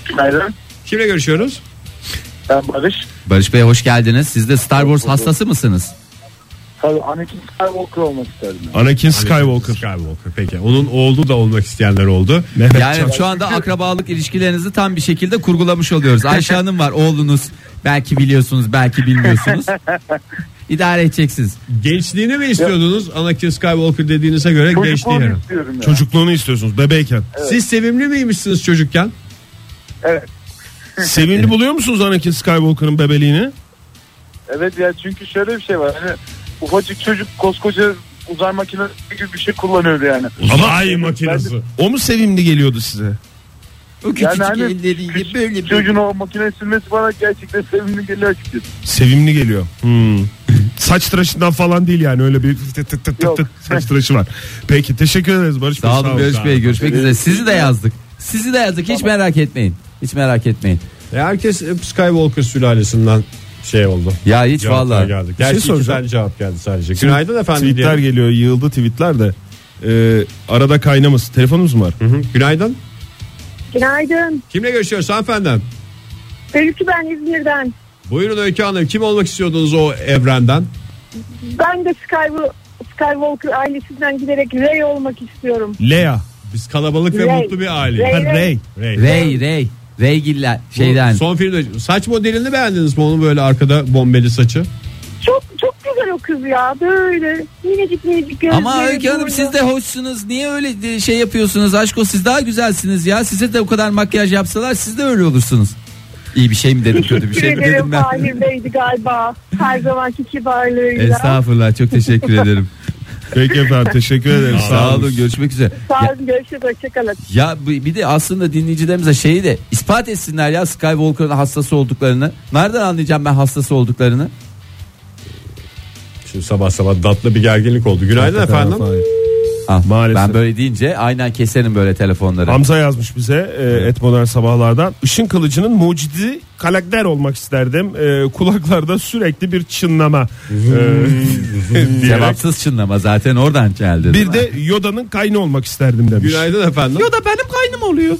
G: Günaydın.
C: Kimle görüşüyoruz?
G: Ben Barış.
E: Barış Bey hoş geldiniz. Siz de Star Wars hastası mısınız?
G: Tabii Anakin Skywalker olmak isterdim. ben.
D: Anakin Skywalker.
C: Skywalker peki. Onun oğlu da olmak isteyenler oldu.
D: Mehmet Can.
E: Yani şu anda akrabalık ilişkilerinizi tam bir şekilde kurgulamış oluyoruz. Ayşe Hanım var oğlunuz. Belki biliyorsunuz belki bilmiyorsunuz. İdare edeceksiniz.
C: Gençliğini mi istiyordunuz? Anakin Skywalker dediğinize göre gençliği.
G: Çocukluğunu
C: herhalde.
G: istiyorum ya.
D: Çocukluğunu istiyorsunuz bebeyken.
C: Siz sevimli miymişsiniz çocukken?
G: Evet.
D: Sevimli buluyor musunuz Anakin Skywalker'ın bebeliğini?
G: Evet ya çünkü şöyle bir şey var. Hani ufacık çocuk koskoca uzay makinesi gibi bir şey kullanıyordu yani.
D: Ama ay makinesi. O mu sevimli geliyordu size?
E: O küçücük
G: Yani hani
E: elleriyle
G: küçük
E: böyle bir-
G: çocuğun o makineye silmesi bana gerçekten sevimli geliyor açıkçası.
D: Sevimli geliyor.
E: Hmm.
D: Saç tıraşından falan değil yani öyle bir tıt tıt tıt
G: Yok.
D: tıt saç tıraşı var. Peki teşekkür ederiz Barış Bey.
E: Sağ olun
D: sağ
E: Barış Bey
D: olun.
E: görüşmek üzere. Sizi de yazdık. Sizi de yazdık hiç merak etmeyin. Hiç merak etmeyin.
C: E, herkes hep Skywalker sülalesinden şey oldu.
E: Ya hiç
C: Cevaplar
E: vallahi.
C: geldi.
D: şey
C: Gerçi iki
D: soracağım.
C: tane cevap geldi sadece. Günaydın efendim.
D: Tweetler
C: diyelim.
D: geliyor yığıldı tweetler de. Ee, arada kaynaması. Telefonumuz mu var?
C: Hı hı. Günaydın.
F: Günaydın.
C: Kimle görüşüyoruz hanımefendi?
F: Öykü ben İzmir'den.
C: Buyurun Öykü Hanım. Kim olmak istiyordunuz o evrenden?
F: Ben de Sky, Skywalker ailesinden giderek Rey olmak istiyorum.
D: Lea.
C: Biz kalabalık ve
F: Ray.
C: mutlu bir aile.
F: Ray,
C: Ha,
F: Ray.
C: Ray.
E: Rey Rey. Rey Giller
C: şey. Bu
E: şeyden.
C: Son filmde saç modelini beğendiniz mi onun böyle arkada bombeli saçı?
F: Çok çok güzel o kız ya. Böyle minicik minicik gözleri.
E: Ama Öykü Hanım
F: burnu.
E: siz de hoşsunuz. Niye öyle de- şey yapıyorsunuz? Aşko siz daha güzelsiniz ya. Size de o kadar makyaj yapsalar siz de öyle olursunuz. İyi bir şey mi dedim kötü bir şey mi
F: Teşekkür ederim
E: dedim ben?
F: Fahir Bey'di galiba. Her zamanki kibarlığıyla.
E: Estağfurullah çok teşekkür ederim.
D: Peki efendim teşekkür ederiz.
E: Sağ olun görüşmek üzere.
F: Sağ
E: Ya,
F: olun görüşürüz hoşçakalın.
E: ya bu- bir de aslında dinleyicilerimize şeyi de ispat etsinler ya Skywalker'ın hastası olduklarını. Nereden anlayacağım ben hastası olduklarını?
C: Şimdi sabah sabah tatlı bir gerginlik oldu. Günaydın efendim.
E: Ah,
D: Maalesef.
E: Ben böyle deyince aynen keserim böyle telefonları.
D: Hamza yazmış bize e, et modern sabahlardan. Işın kılıcının mucidi karakter olmak isterdim. E, kulaklarda sürekli bir çınlama.
E: Hmm.
D: E, diyerek.
E: Cevapsız çınlama zaten oradan geldi.
D: bir de Yoda'nın kaynı olmak isterdim demiş.
C: Günaydın efendim.
E: o da benim kaynım oluyor.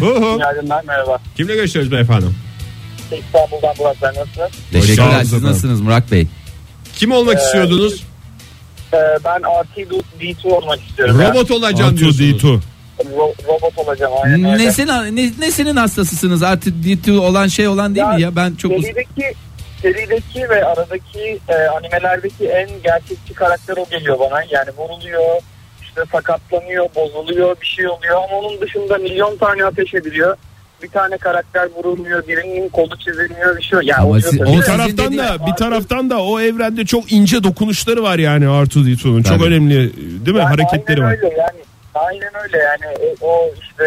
C: Oho.
G: Günaydınlar merhaba.
C: Kimle görüşüyoruz beyefendi?
G: İstanbul'dan Burak ben nasılsın?
C: Hoş
E: Teşekkürler.
C: geldiniz
E: Siz
C: efendim.
E: nasılsınız Murat Bey?
C: Kim olmak istiyordunuz?
G: Ee, ben Artidus D2 olmak istiyorum. ya. Hani
C: Robot olacağım
D: Artu
C: diyorsunuz.
D: D2.
G: Ro- robot olacağım aynen öyle.
E: Nesin, ne, nesinin hastasısınız? Artık D2 olan şey olan değil mi
G: Ya,
E: ya? Ben çok uz-
G: Serideki, serideki ve aradaki e, animelerdeki en gerçekçi karakter o geliyor bana. Yani vuruluyor, işte sakatlanıyor, bozuluyor, bir şey oluyor ama onun dışında milyon tane ateş ediliyor. Bir tane karakter vurulmuyor, birinin kolu çizilmiyor, bir şey yok. Yani
E: Ama
G: oluyor
E: siz-
G: tabii.
E: o
D: Bir
E: Sizin
D: taraftan
E: dediğiniz-
D: da bir taraftan da o evrende çok ince dokunuşları var yani Artu D2'nun. Çok
E: Tabii.
D: önemli değil mi?
G: Yani
D: Hareketleri var.
G: aynen Öyle yani. Aynen öyle yani E, o işte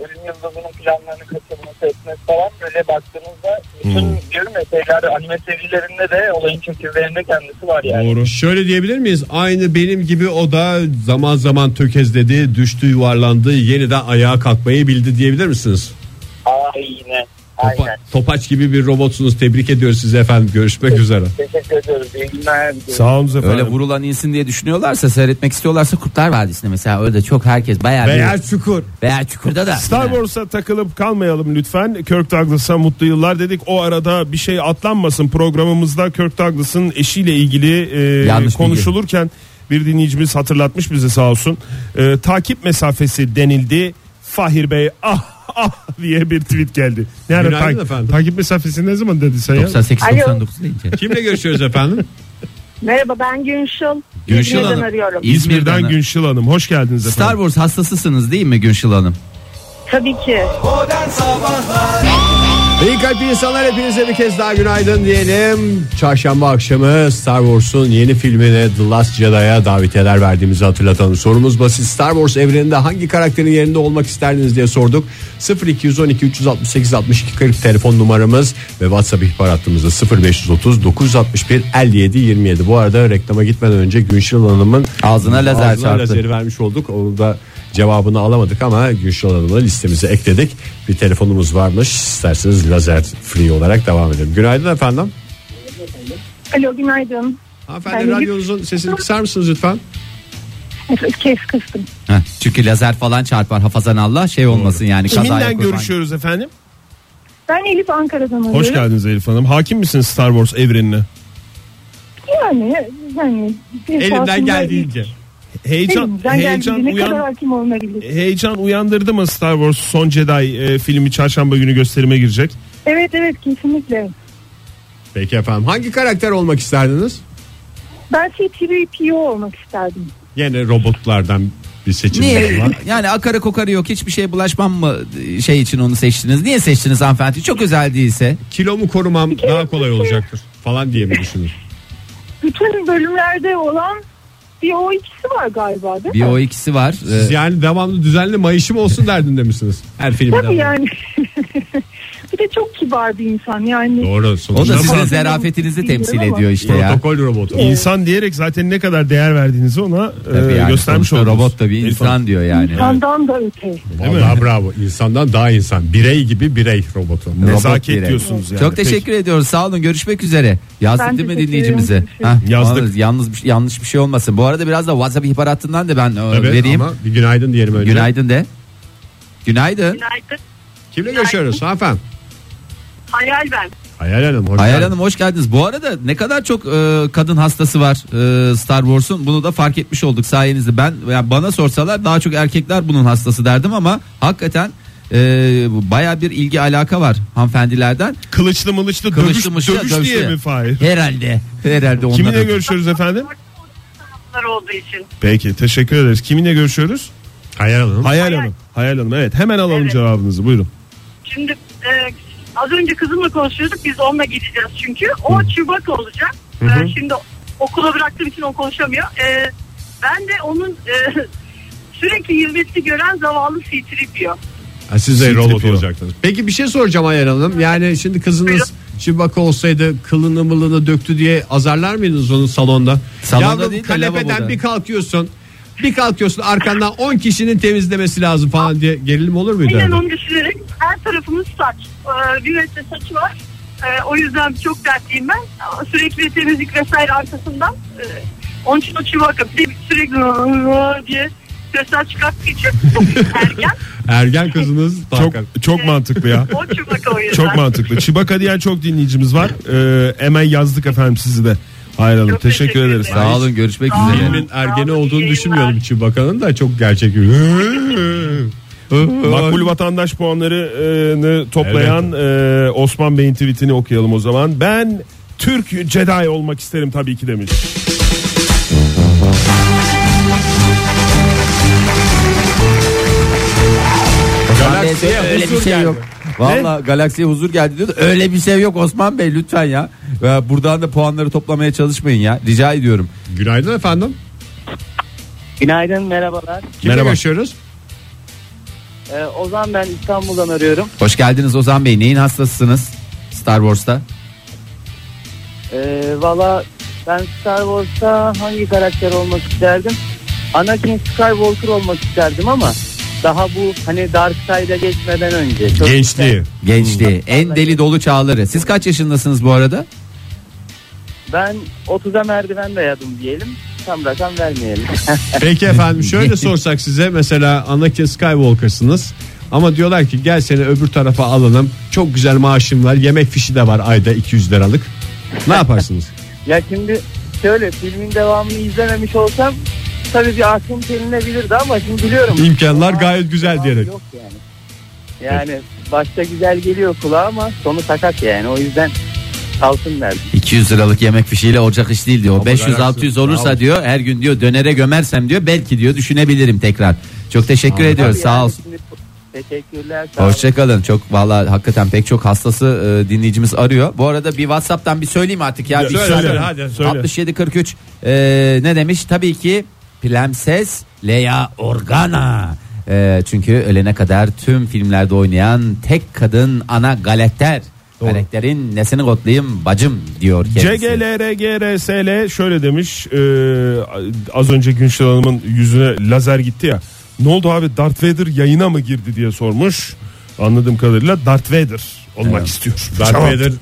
G: ölüm yıldızının planlarını kaçırması etmesi falan böyle baktığınızda bütün
D: Hmm.
G: diyorum ya şeyler anime serilerinde de olayın çekirdeğinde kendisi var yani.
C: Doğru. Şöyle diyebilir miyiz? Aynı benim gibi o da zaman zaman tökezledi, düştü, yuvarlandı, yeniden ayağa kalkmayı bildi diyebilir misiniz?
D: Hmm.
G: Aynen.
C: Topa-
G: Aynen.
C: topaç gibi bir robotsunuz. Tebrik ediyoruz sizi efendim. Görüşmek üzere.
G: Teşekkür ediyoruz. İyi günler.
D: Sağ olun efendim.
E: Öyle vurulan insin diye düşünüyorlarsa seyretmek istiyorlarsa Kurtlar Vadisi'nde mesela orada çok herkes bayağı
D: Veya
E: bir
D: çukur.
E: veya çukurda da.
D: Star Wars'a takılıp kalmayalım lütfen. Kirk Douglas'a mutlu yıllar dedik. O arada bir şey atlanmasın programımızda Kirk Douglas'ın eşiyle ilgili e,
E: Yanlış bilgi.
D: konuşulurken bir dinleyicimiz hatırlatmış bize sağ olsun. E, takip mesafesi denildi. Fahir Bey ah ah diye bir tweet geldi. Ne ara
C: Günaydın
D: tak-
C: efendim.
D: takip mesafesi ne zaman dedi sen ya?
E: 98
F: Alo.
E: 99 deyince.
C: Kimle görüşüyoruz efendim?
F: Merhaba ben Günşıl.
E: Günşil
F: İzmir'den
E: Hanım.
F: arıyorum.
D: İzmir'den Günşil Hanım hoş geldiniz efendim.
E: Star Wars hastasısınız değil mi Günşil Hanım?
F: Tabii ki.
B: Modern Sabahlar
C: İyi kalpli insanlar hepinize bir kez daha günaydın diyelim. Çarşamba akşamı Star Wars'un yeni filmine The Last Jedi'ya davetiyeler verdiğimizi hatırlatalım. Sorumuz basit. Star Wars evreninde hangi karakterin yerinde olmak isterdiniz diye sorduk. 0212 368 62 40 telefon numaramız ve WhatsApp ihbar hattımızda 0530 961 57 27. Bu arada reklama gitmeden önce Günşil Hanım'ın
E: Ağzına lazer çarptı.
C: lazeri vermiş olduk. Onu da cevabını alamadık ama Gülşah Hanım'ı listemize ekledik. Bir telefonumuz varmış. İsterseniz lazer free olarak devam edelim. Günaydın efendim.
F: Alo günaydın.
C: Hanımefendi
F: Ben de-
C: radyonuzun sesini kısar mısınız lütfen?
F: Evet, Kes kıstım.
E: Heh, çünkü lazer falan çarpar hafazan Allah şey olmasın yani kazaya
D: Kiminle
E: kurban.
D: görüşüyoruz efendim?
F: Ben Elif Ankara'dan arıyorum.
D: Hoş geldiniz Elif Hanım. Hakim misiniz Star Wars evrenine?
F: Yani, yani esasında
C: Elimden geldiğince.
D: Heyecan,
F: elimden
D: heyecan
F: geldiğince ne
D: uyan,
F: kadar hakim
C: E-
F: olunabilir.
D: heyecan uyandırdı mı Star Wars Son Jedi e, filmi çarşamba günü gösterime girecek?
F: Evet evet kesinlikle.
C: Peki efendim. Hangi karakter olmak isterdiniz?
F: Ben şey, C3PO olmak isterdim.
C: Yine robotlardan bir seçim
E: Niye?
C: var.
E: yani akarı kokarı yok hiçbir şeye bulaşmam mı şey için onu seçtiniz? Niye seçtiniz hanımefendi? Çok özel değilse.
C: Kilomu korumam daha kolay olacaktır falan diye mi düşünür?
F: Bütün bölümlerde olan bir o ikisi var galiba değil mi?
E: Bir o ikisi var. Ee,
C: Siz yani devamlı düzenli mayışım olsun derdinde misiniz? Her filmde.
F: Tabii yani. bir de çok kibar bir insan yani.
C: Doğru
E: Ee, o
C: sonuçta.
E: da
C: Protokol
E: sizin zerafetinizi temsil
F: Bilmiyorum ama.
E: ediyor işte ya.
C: robotu.
D: İnsan diyerek zaten ne kadar değer verdiğinizi ona e,
E: Tabii yani
D: göstermiş
E: sonuçta
D: oldunuz.
E: Robot da bir
D: Elif
E: insan
D: Hanım.
E: diyor yani.
F: Sandan da öte.
C: Vallahi bravo. İnsandan daha insan. Birey gibi birey robotu.
E: Robot
D: Nezaket
E: direkt.
D: diyorsunuz yani.
E: Çok teşekkür ediyoruz. Sağ olun. Görüşmek üzere. Yazdık
F: Ben
E: değil mi
F: teşekkür
E: dinleyicimize?
F: ederim. Teşekkür
E: Hah,
D: Yazdık.
E: Yalnız, yalnız bir- yanlış bir şey olmasın. Bu arada biraz da WhatsApp ihbar hattından da ben e,
C: Tabii
E: vereyim.
C: ama bir günaydın diyelim önce.
E: Günaydın de. Günaydın.
F: Günaydın.
C: Kimle görüşüyoruz hanımefendi?
F: Hayal ben.
C: Hayal Hanım. Hoş
E: Hayal
C: geldin.
E: Hanım hoş geldiniz. Bu arada ne kadar çok e, kadın hastası var e, Star Wars'un. Bunu da fark etmiş olduk sayenizde. Ben yani bana sorsalar daha çok erkekler bunun hastası derdim ama hakikaten e, baya bir ilgi alaka var hanımefendilerden.
D: Kılıçlı mılıçlı
E: Kılıçlı
D: dövüş,
E: mışlı
D: dövüş diye
E: dövüştü.
D: mi Fahir?
E: Herhalde. Herhalde onlara.
D: Kiminle görüşüyoruz efendim?
F: olduğu için.
D: Peki teşekkür ederiz. Kiminle görüşüyoruz?
C: Hayal Hanım.
D: Hayal Hanım. Hayal Hanım evet hemen alalım cevabınızı buyurun.
F: Şimdi e, az önce kızımla konuşuyorduk. Biz onunla gideceğiz çünkü. O Chewbacca olacak. E, şimdi okula bıraktığım için o konuşamıyor. E, ben de onun e, sürekli hizmetli gören zavallı C-3PO.
C: Ha, siz de
D: Siz
C: robot
D: yapıyor.
C: olacaktınız. Peki bir şey soracağım Hayal Hanım. Yani şimdi kızınız Şibaka olsaydı kılını mılını döktü diye azarlar mıydınız onu salonda?
E: Salonda
C: Yavrum
E: değil de
C: kanepeden
E: lavaboda.
C: bir kalkıyorsun. Bir kalkıyorsun arkandan 10 kişinin temizlemesi lazım falan diye gerilim olur muydu?
F: Aynen
C: arada?
F: onu düşünerek her tarafımız saç. Ee, bir metre saç var. Ee, o yüzden çok dertliyim ben. Ama Sürekli temizlik vesaire arkasından. Ee, onun için o çivaka bir de sürekli "Aa" diye sesler çıkartıp geçiyor. erken.
C: Ergen kızınız
D: Çok,
C: Hakan.
D: çok mantıklı ya.
F: O çivaka o yüzden.
D: Çok mantıklı. Çibaka diyen çok dinleyicimiz var. Ee, hemen yazdık efendim sizi de. Hayır Hanım
F: Çok
D: teşekkür,
F: teşekkür
D: ederiz.
F: ederim.
E: Sağ olun görüşmek
F: Sağ olun.
E: üzere.
C: Filmin ergeni
F: Sağ olun,
C: olduğunu
F: iyi
C: düşünmüyorum için bakanın da çok gerçek.
D: Makbul vatandaş puanlarını toplayan e, Osman Bey'in tweetini okuyalım o zaman. Ben Türk Jedi olmak isterim tabii ki demiş.
E: Galaksiye öyle bir
D: huzur
E: şey
D: geldi.
E: yok. Valla galaksiye huzur geldi diyordu. Öyle bir şey yok Osman Bey lütfen ya. Ya Buradan da puanları toplamaya çalışmayın ya. Rica ediyorum.
C: Günaydın efendim.
G: Günaydın merhabalar.
C: Kimle
D: Merhaba.
C: görüşüyoruz?
G: Ee, Ozan ben İstanbul'dan arıyorum.
E: Hoş geldiniz Ozan Bey. Neyin hastasısınız? Star Wars'ta.
G: Ee, Valla ben Star Wars'ta hangi karakter olmak isterdim? Anakin Skywalker olmak isterdim ama daha bu hani Dark Side'a geçmeden önce. Çok
C: Gençliği.
E: Gençliği. En deli dolu çağları. Siz kaç yaşındasınız bu arada?
G: Ben 30'a merdiven dayadım diyelim. Tam rakam vermeyelim.
C: Peki efendim şöyle sorsak size mesela Anakin Skywalker'sınız. Ama diyorlar ki gel seni öbür tarafa alalım. Çok güzel maaşım var. Yemek fişi de var ayda 200 liralık. Ne yaparsınız?
G: ya şimdi şöyle filmin devamını izlememiş olsam tabii bir aklım telinebilirdi ama şimdi biliyorum.
C: İmkanlar gayet güzel
G: Aa,
C: diyerek.
G: Yok yani. Yani başta güzel geliyor kulağa ama sonu sakat yani. O yüzden kalsın derdim.
E: 200 liralık yemek fişiyle olacak iş değil diyor. 500-600 olursa diyor her gün diyor dönere gömersem diyor belki diyor düşünebilirim tekrar. Çok teşekkür ediyoruz.
G: Tabii
E: Sağ
G: yani
E: olsun.
G: şimdi Teşekkürler. sağ olun.
E: Hoşçakalın. Çok valla hakikaten pek çok hastası e, dinleyicimiz arıyor. Bu arada bir Whatsapp'tan bir söyleyeyim artık ya. Bir
D: Söyle,
E: zaten-
D: söyle, hadi, söyle.
E: 6743 e, ne demiş? Tabii ki Plemses Leia Organa. E, çünkü ölene kadar tüm filmlerde oynayan tek kadın ana galakter. Galakterin nesini kotlayayım bacım diyor kendisi.
D: CGLRGRSL şöyle demiş. e, az önce Günşil Hanım'ın yüzüne lazer gitti ya. Ne oldu abi Darth Vader yayına mı girdi diye sormuş. Anladığım kadarıyla Darth Vader olmak istiyor.
C: Darth
D: Cevap.
C: Vader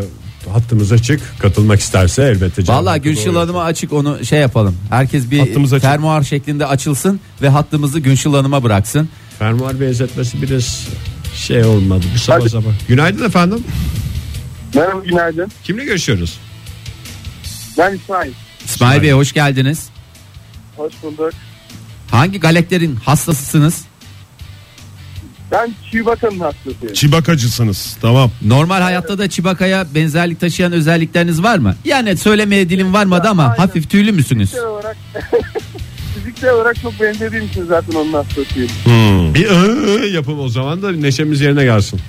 C: e, hattımıza çık. Katılmak isterse elbette. canlı.
E: Valla Günşil Hanım'a açık onu şey yapalım. Herkes
D: Hattımız
E: bir
D: açık.
E: fermuar şeklinde açılsın ve hattımızı Günşil Hanım'a bıraksın.
C: Fermuar benzetmesi biraz şey olmadı. Bu sabah
H: Hadi.
C: sabah. Günaydın efendim.
H: Merhaba günaydın.
C: Kimle görüşüyoruz?
H: Ben İsmail.
E: İsmail Bey hoş geldiniz.
H: Hoş bulduk.
E: Hangi galakterin hastasısınız?
H: Ben Kübaka'nın hastasıyım.
D: Çibakacısınız tamam.
E: Normal hayatta da Çibaka'ya benzerlik taşıyan özellikleriniz var mı? Yani söylemeye dilim varmadı ama
H: Aynen.
E: hafif tüylü müsünüz?
H: Fiziksel olarak fiziksel olarak çok benzediğim için zaten onun hastasıyım.
C: Bir
D: e,
C: ıı yapın o zaman da neşemiz yerine gelsin.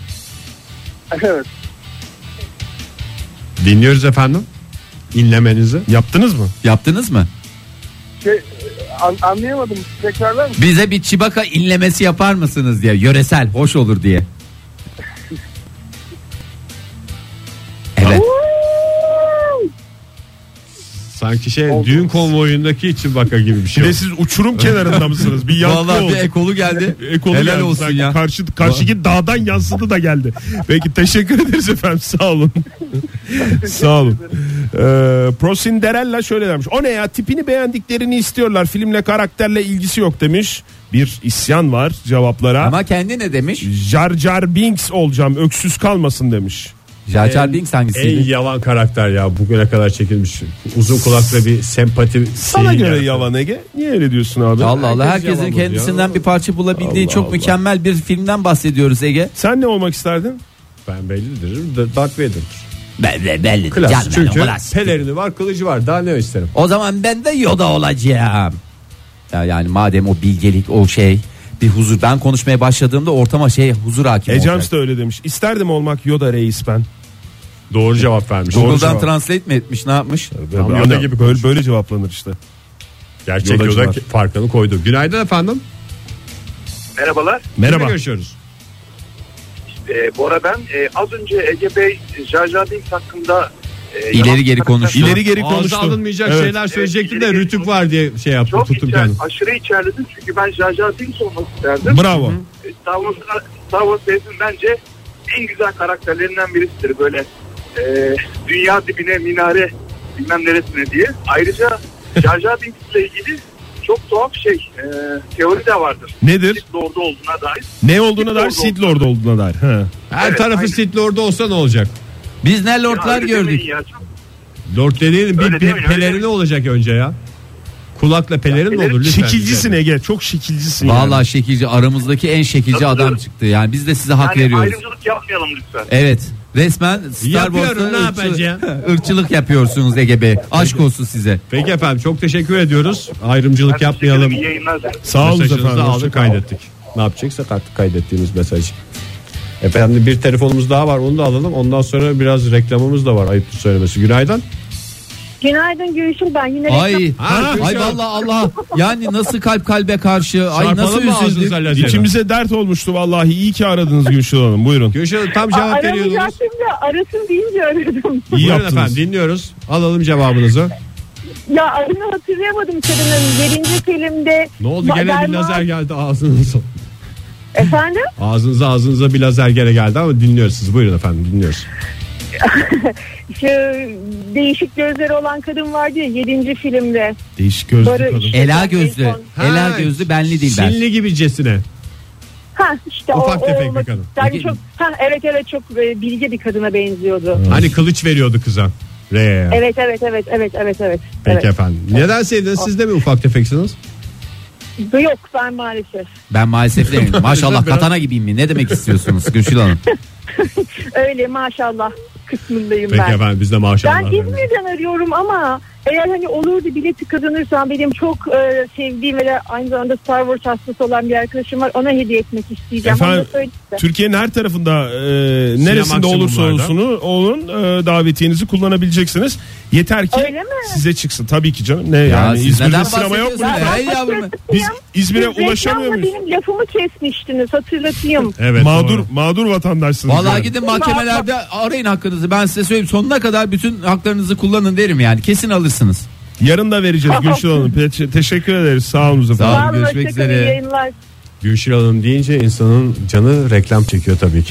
H: evet.
C: Dinliyoruz efendim. İnlemenizi.
D: Yaptınız mı?
E: Yaptınız mı?
H: Şey, an- anlayamadım. Tekrarlar mısın?
E: Bize bir Çibaka inlemesi yapar mısınız diye. Yöresel, hoş olur diye. Evet.
C: Sanki şey düğün konvoyundaki için baka gibi bir
D: Bir
C: şey.
D: de siz uçurum kenarında mısınız? Bir yankı
E: Vallahi
D: oldu.
E: bir ekolu geldi.
D: Ekolu
E: Helal
D: geldi
E: olsun
D: sanki.
E: ya.
D: Karşı, karşıki dağdan yansıdı da geldi. Peki teşekkür ederiz efendim sağ olun. sağ olun. Ee, Prosinderella şöyle demiş. O ne ya tipini beğendiklerini istiyorlar. Filmle karakterle ilgisi yok demiş. Bir isyan var cevaplara.
E: Ama kendi ne demiş?
D: Jar Jar Binks olacağım öksüz kalmasın demiş.
E: Jar Jar Binks
C: En
E: hangisiydi?
C: yalan karakter ya bugüne kadar çekilmiş. Uzun kulakla bir sempati.
D: Sana
C: şeyi
D: göre
C: yarattı.
D: yavan Ege. Niye öyle diyorsun abi?
E: Allah Allah
C: Herkes
E: herkesin
C: yalan diyor.
E: kendisinden bir parça bulabildiği
D: Allah
E: çok
D: Allah.
E: mükemmel bir filmden bahsediyoruz Ege.
D: Sen ne olmak isterdin?
C: Ben bellidir. Darth Vader'dır.
E: Belli belli.
C: Klas.
E: Canım,
C: Çünkü
E: klas.
C: pelerini var kılıcı var. Daha ne isterim?
E: O zaman ben de Yoda olacağım. Ya yani madem o bilgelik o şey bir huzur ben konuşmaya başladığımda ortama şey huzur
C: E
E: hakim olacak.
D: Ejams da öyle demiş. İsterdim olmak Yoda reis ben.
C: Doğru cevap vermiş. Doğru
E: Google'dan
C: cevap.
E: translate mi etmiş ne yapmış?
C: Yoda
D: Yoda
C: gibi
D: gibi böyle, böyle cevaplanır işte.
C: Gerçek
D: Yoda
C: Yoda
D: var.
C: farkını koydu. Günaydın efendim.
I: Merhabalar.
D: Merhaba.
C: Kimle görüşüyoruz?
I: e, Ee, Bora ben. Ee, az önce Ege Bey Jar Jar Binks hakkında e, yalan-
E: İleri geri konuştu.
D: İleri geri
C: Ağza
D: konuştu.
C: alınmayacak
D: Evet.
C: şeyler söyleyecektim de
I: Evet, ileri-
C: rütük var diye şey yaptım
H: Çok
C: tuttum
H: içer,
C: kendimi.
H: aşırı içerledim çünkü ben Jar Jar Binks olmak isterdim.
D: Bravo.
H: E, Star Wars, Star Wars serisinin bence en güzel karakterlerinden birisidir. Böyle e, dünya dibine minare bilmem neresine diye. Ayrıca Jar Jar Binks ile ilgili çok tuhaf şey e, teori de vardır.
D: Nedir?
H: Lord'u olduğuna dair.
D: Ne olduğuna dair, Sith Lord olduğuna dair. Ha.
C: Her
H: Evet,
C: tarafı
H: aynen.
C: Sith Lord'u olsa ne olacak?
E: Biz ne
H: Ya
E: lordlar
H: öyle
E: gördük.
H: demeyin ya, çok-
C: Lord dediğin bir
H: Öyle
C: pe-
H: demeyin, öyle
C: pelerin
H: demeyin.
C: ne olacak önce ya? Kulakla pelerin mi
H: pelerin-
C: olur lütfen?
D: Şekilcisin Ege. Çok
C: şey
D: şekilcisin.
E: Vallahi şekilci aramızdaki en şekilci
H: Katılıyorum.
E: adam çıktı. Yani biz de size hak
H: Yani
E: veriyoruz.
H: ayrımcılık yapmayalım lütfen.
E: Evet. Resmen Star
C: Yapıyorum, ne
E: Wars'ta
C: yapacağım?
E: ırkçılık, ırkçılık yapıyorsunuz Ege Bey. Aşk olsun size.
C: Peki efendim çok teşekkür ediyoruz. Ayrımcılık yapmayalım.
H: İyi yayınlar dilerim.
D: Sağ olun efendim.
C: Mesajınızı
D: Hoşça
C: aldık
D: kalın.
C: kaydettik. Ne yapacaksak artık kaydettiğimiz mesaj. Efendim bir telefonumuz daha var onu da alalım. Ondan sonra biraz reklamımız da var ayıptır söylemesi. Günaydın.
F: Günaydın Gülşin ben yine
E: Ay,
C: Ha, şey
E: ay
C: Gülşah.
E: vallahi Allah. Yani nasıl kalp kalbe karşı? Ay
C: Çarpalım
E: nasıl
C: mı ağzınıza
E: üzüldük.
C: lazerle?
D: İçimize dert olmuştu vallahi. İyi ki aradınız Gülşen Hanım. Buyurun.
C: Gülşah tam
F: reklam-
C: cevap veriyordunuz.
F: aramayacaktım da arasın deyince aradım.
D: İyi
C: Buyurun
D: yaptınız.
C: efendim dinliyoruz. Alalım cevabınızı.
F: Ya adını hatırlayamadım kadının. Birinci filmde.
C: Ne oldu
F: Ba-
C: gene bir
F: Derman-
C: lazer geldi ağzınıza.
F: Efendim?
C: Ağzınıza ağzınıza bir lazer gene geldi ama dinliyoruz siz. Buyurun efendim dinliyoruz.
F: Şu değişik gözleri olan kadın vardı ya yedinci filmde.
D: Değişik gözlü
F: Barış.
D: kadın.
E: Ela gözlü.
C: Ha,
E: Ela gözlü benli şey değil ben.
C: Sinli gibicesine.
F: Ha işte
C: Ufak
F: o,
C: tefek bir
F: olması-
C: kadın.
F: Yani
E: Peki-
F: çok, ha, evet evet çok e, bilge bir kadına benziyordu.
C: Hani kılıç veriyordu kıza. Re.
F: Evet evet evet evet evet evet.
C: Peki
F: evet.
C: efendim. Neden sevdiniz? Siz de mi ufak tefeksiniz?
F: Yok ben maalesef.
E: Ben maalesef demiyorum. Maşallah katana gibiyim mi? Ne demek istiyorsunuz Gülşil Hanım?
F: Öyle maşallah kısmındayım
C: Peki
F: ben.
C: efendim biz de maşallah.
F: Ben İzmir'den arıyorum ama eğer hani olurdu bileti kazanırsam benim çok e, sevdiğim ve de aynı zamanda Star Wars hastası olan bir arkadaşım var. Ona hediye etmek isteyeceğim. Onu da
D: Efendim,
F: söyleyeyim.
D: Türkiye'nin her tarafında e, neresinde
C: Maksimumlarda.
D: olursa olsun olun e, davetiyenizi kullanabileceksiniz. Yeter ki
F: Öyle mi?
D: size çıksın. Tabii ki canım. Ne yani
E: siz
D: İzmir'de
E: neden
D: sinema yok mu?
E: bahsediyorsunuz?
D: ne?
E: Ya, Hey yavrum.
D: Biz İzmir'e
F: Siz reklamla
D: ulaşamıyor muyuz?
F: Benim lafımı kesmiştiniz hatırlatayım.
C: Evet,
D: mağdur
C: doğru.
D: mağdur vatandaşsınız.
E: Vallahi
D: yani.
E: gidin mahkemelerde arayın hakkınızı. Ben size söyleyeyim. Sonuna kadar bütün haklarınızı kullanın derim yani. Kesin alırsınız.
D: Yarın da vereceğiz Gülşen Hanım. Pe- Teşekkür ederiz. Sağ olun efendim.
E: Sağ olun.
F: Vallahi
E: görüşmek
F: hoşçakalın,
E: üzere.
F: iyi yayınlar.
C: Gülşil Hanım deyince insanın canı reklam çekiyor tabii ki.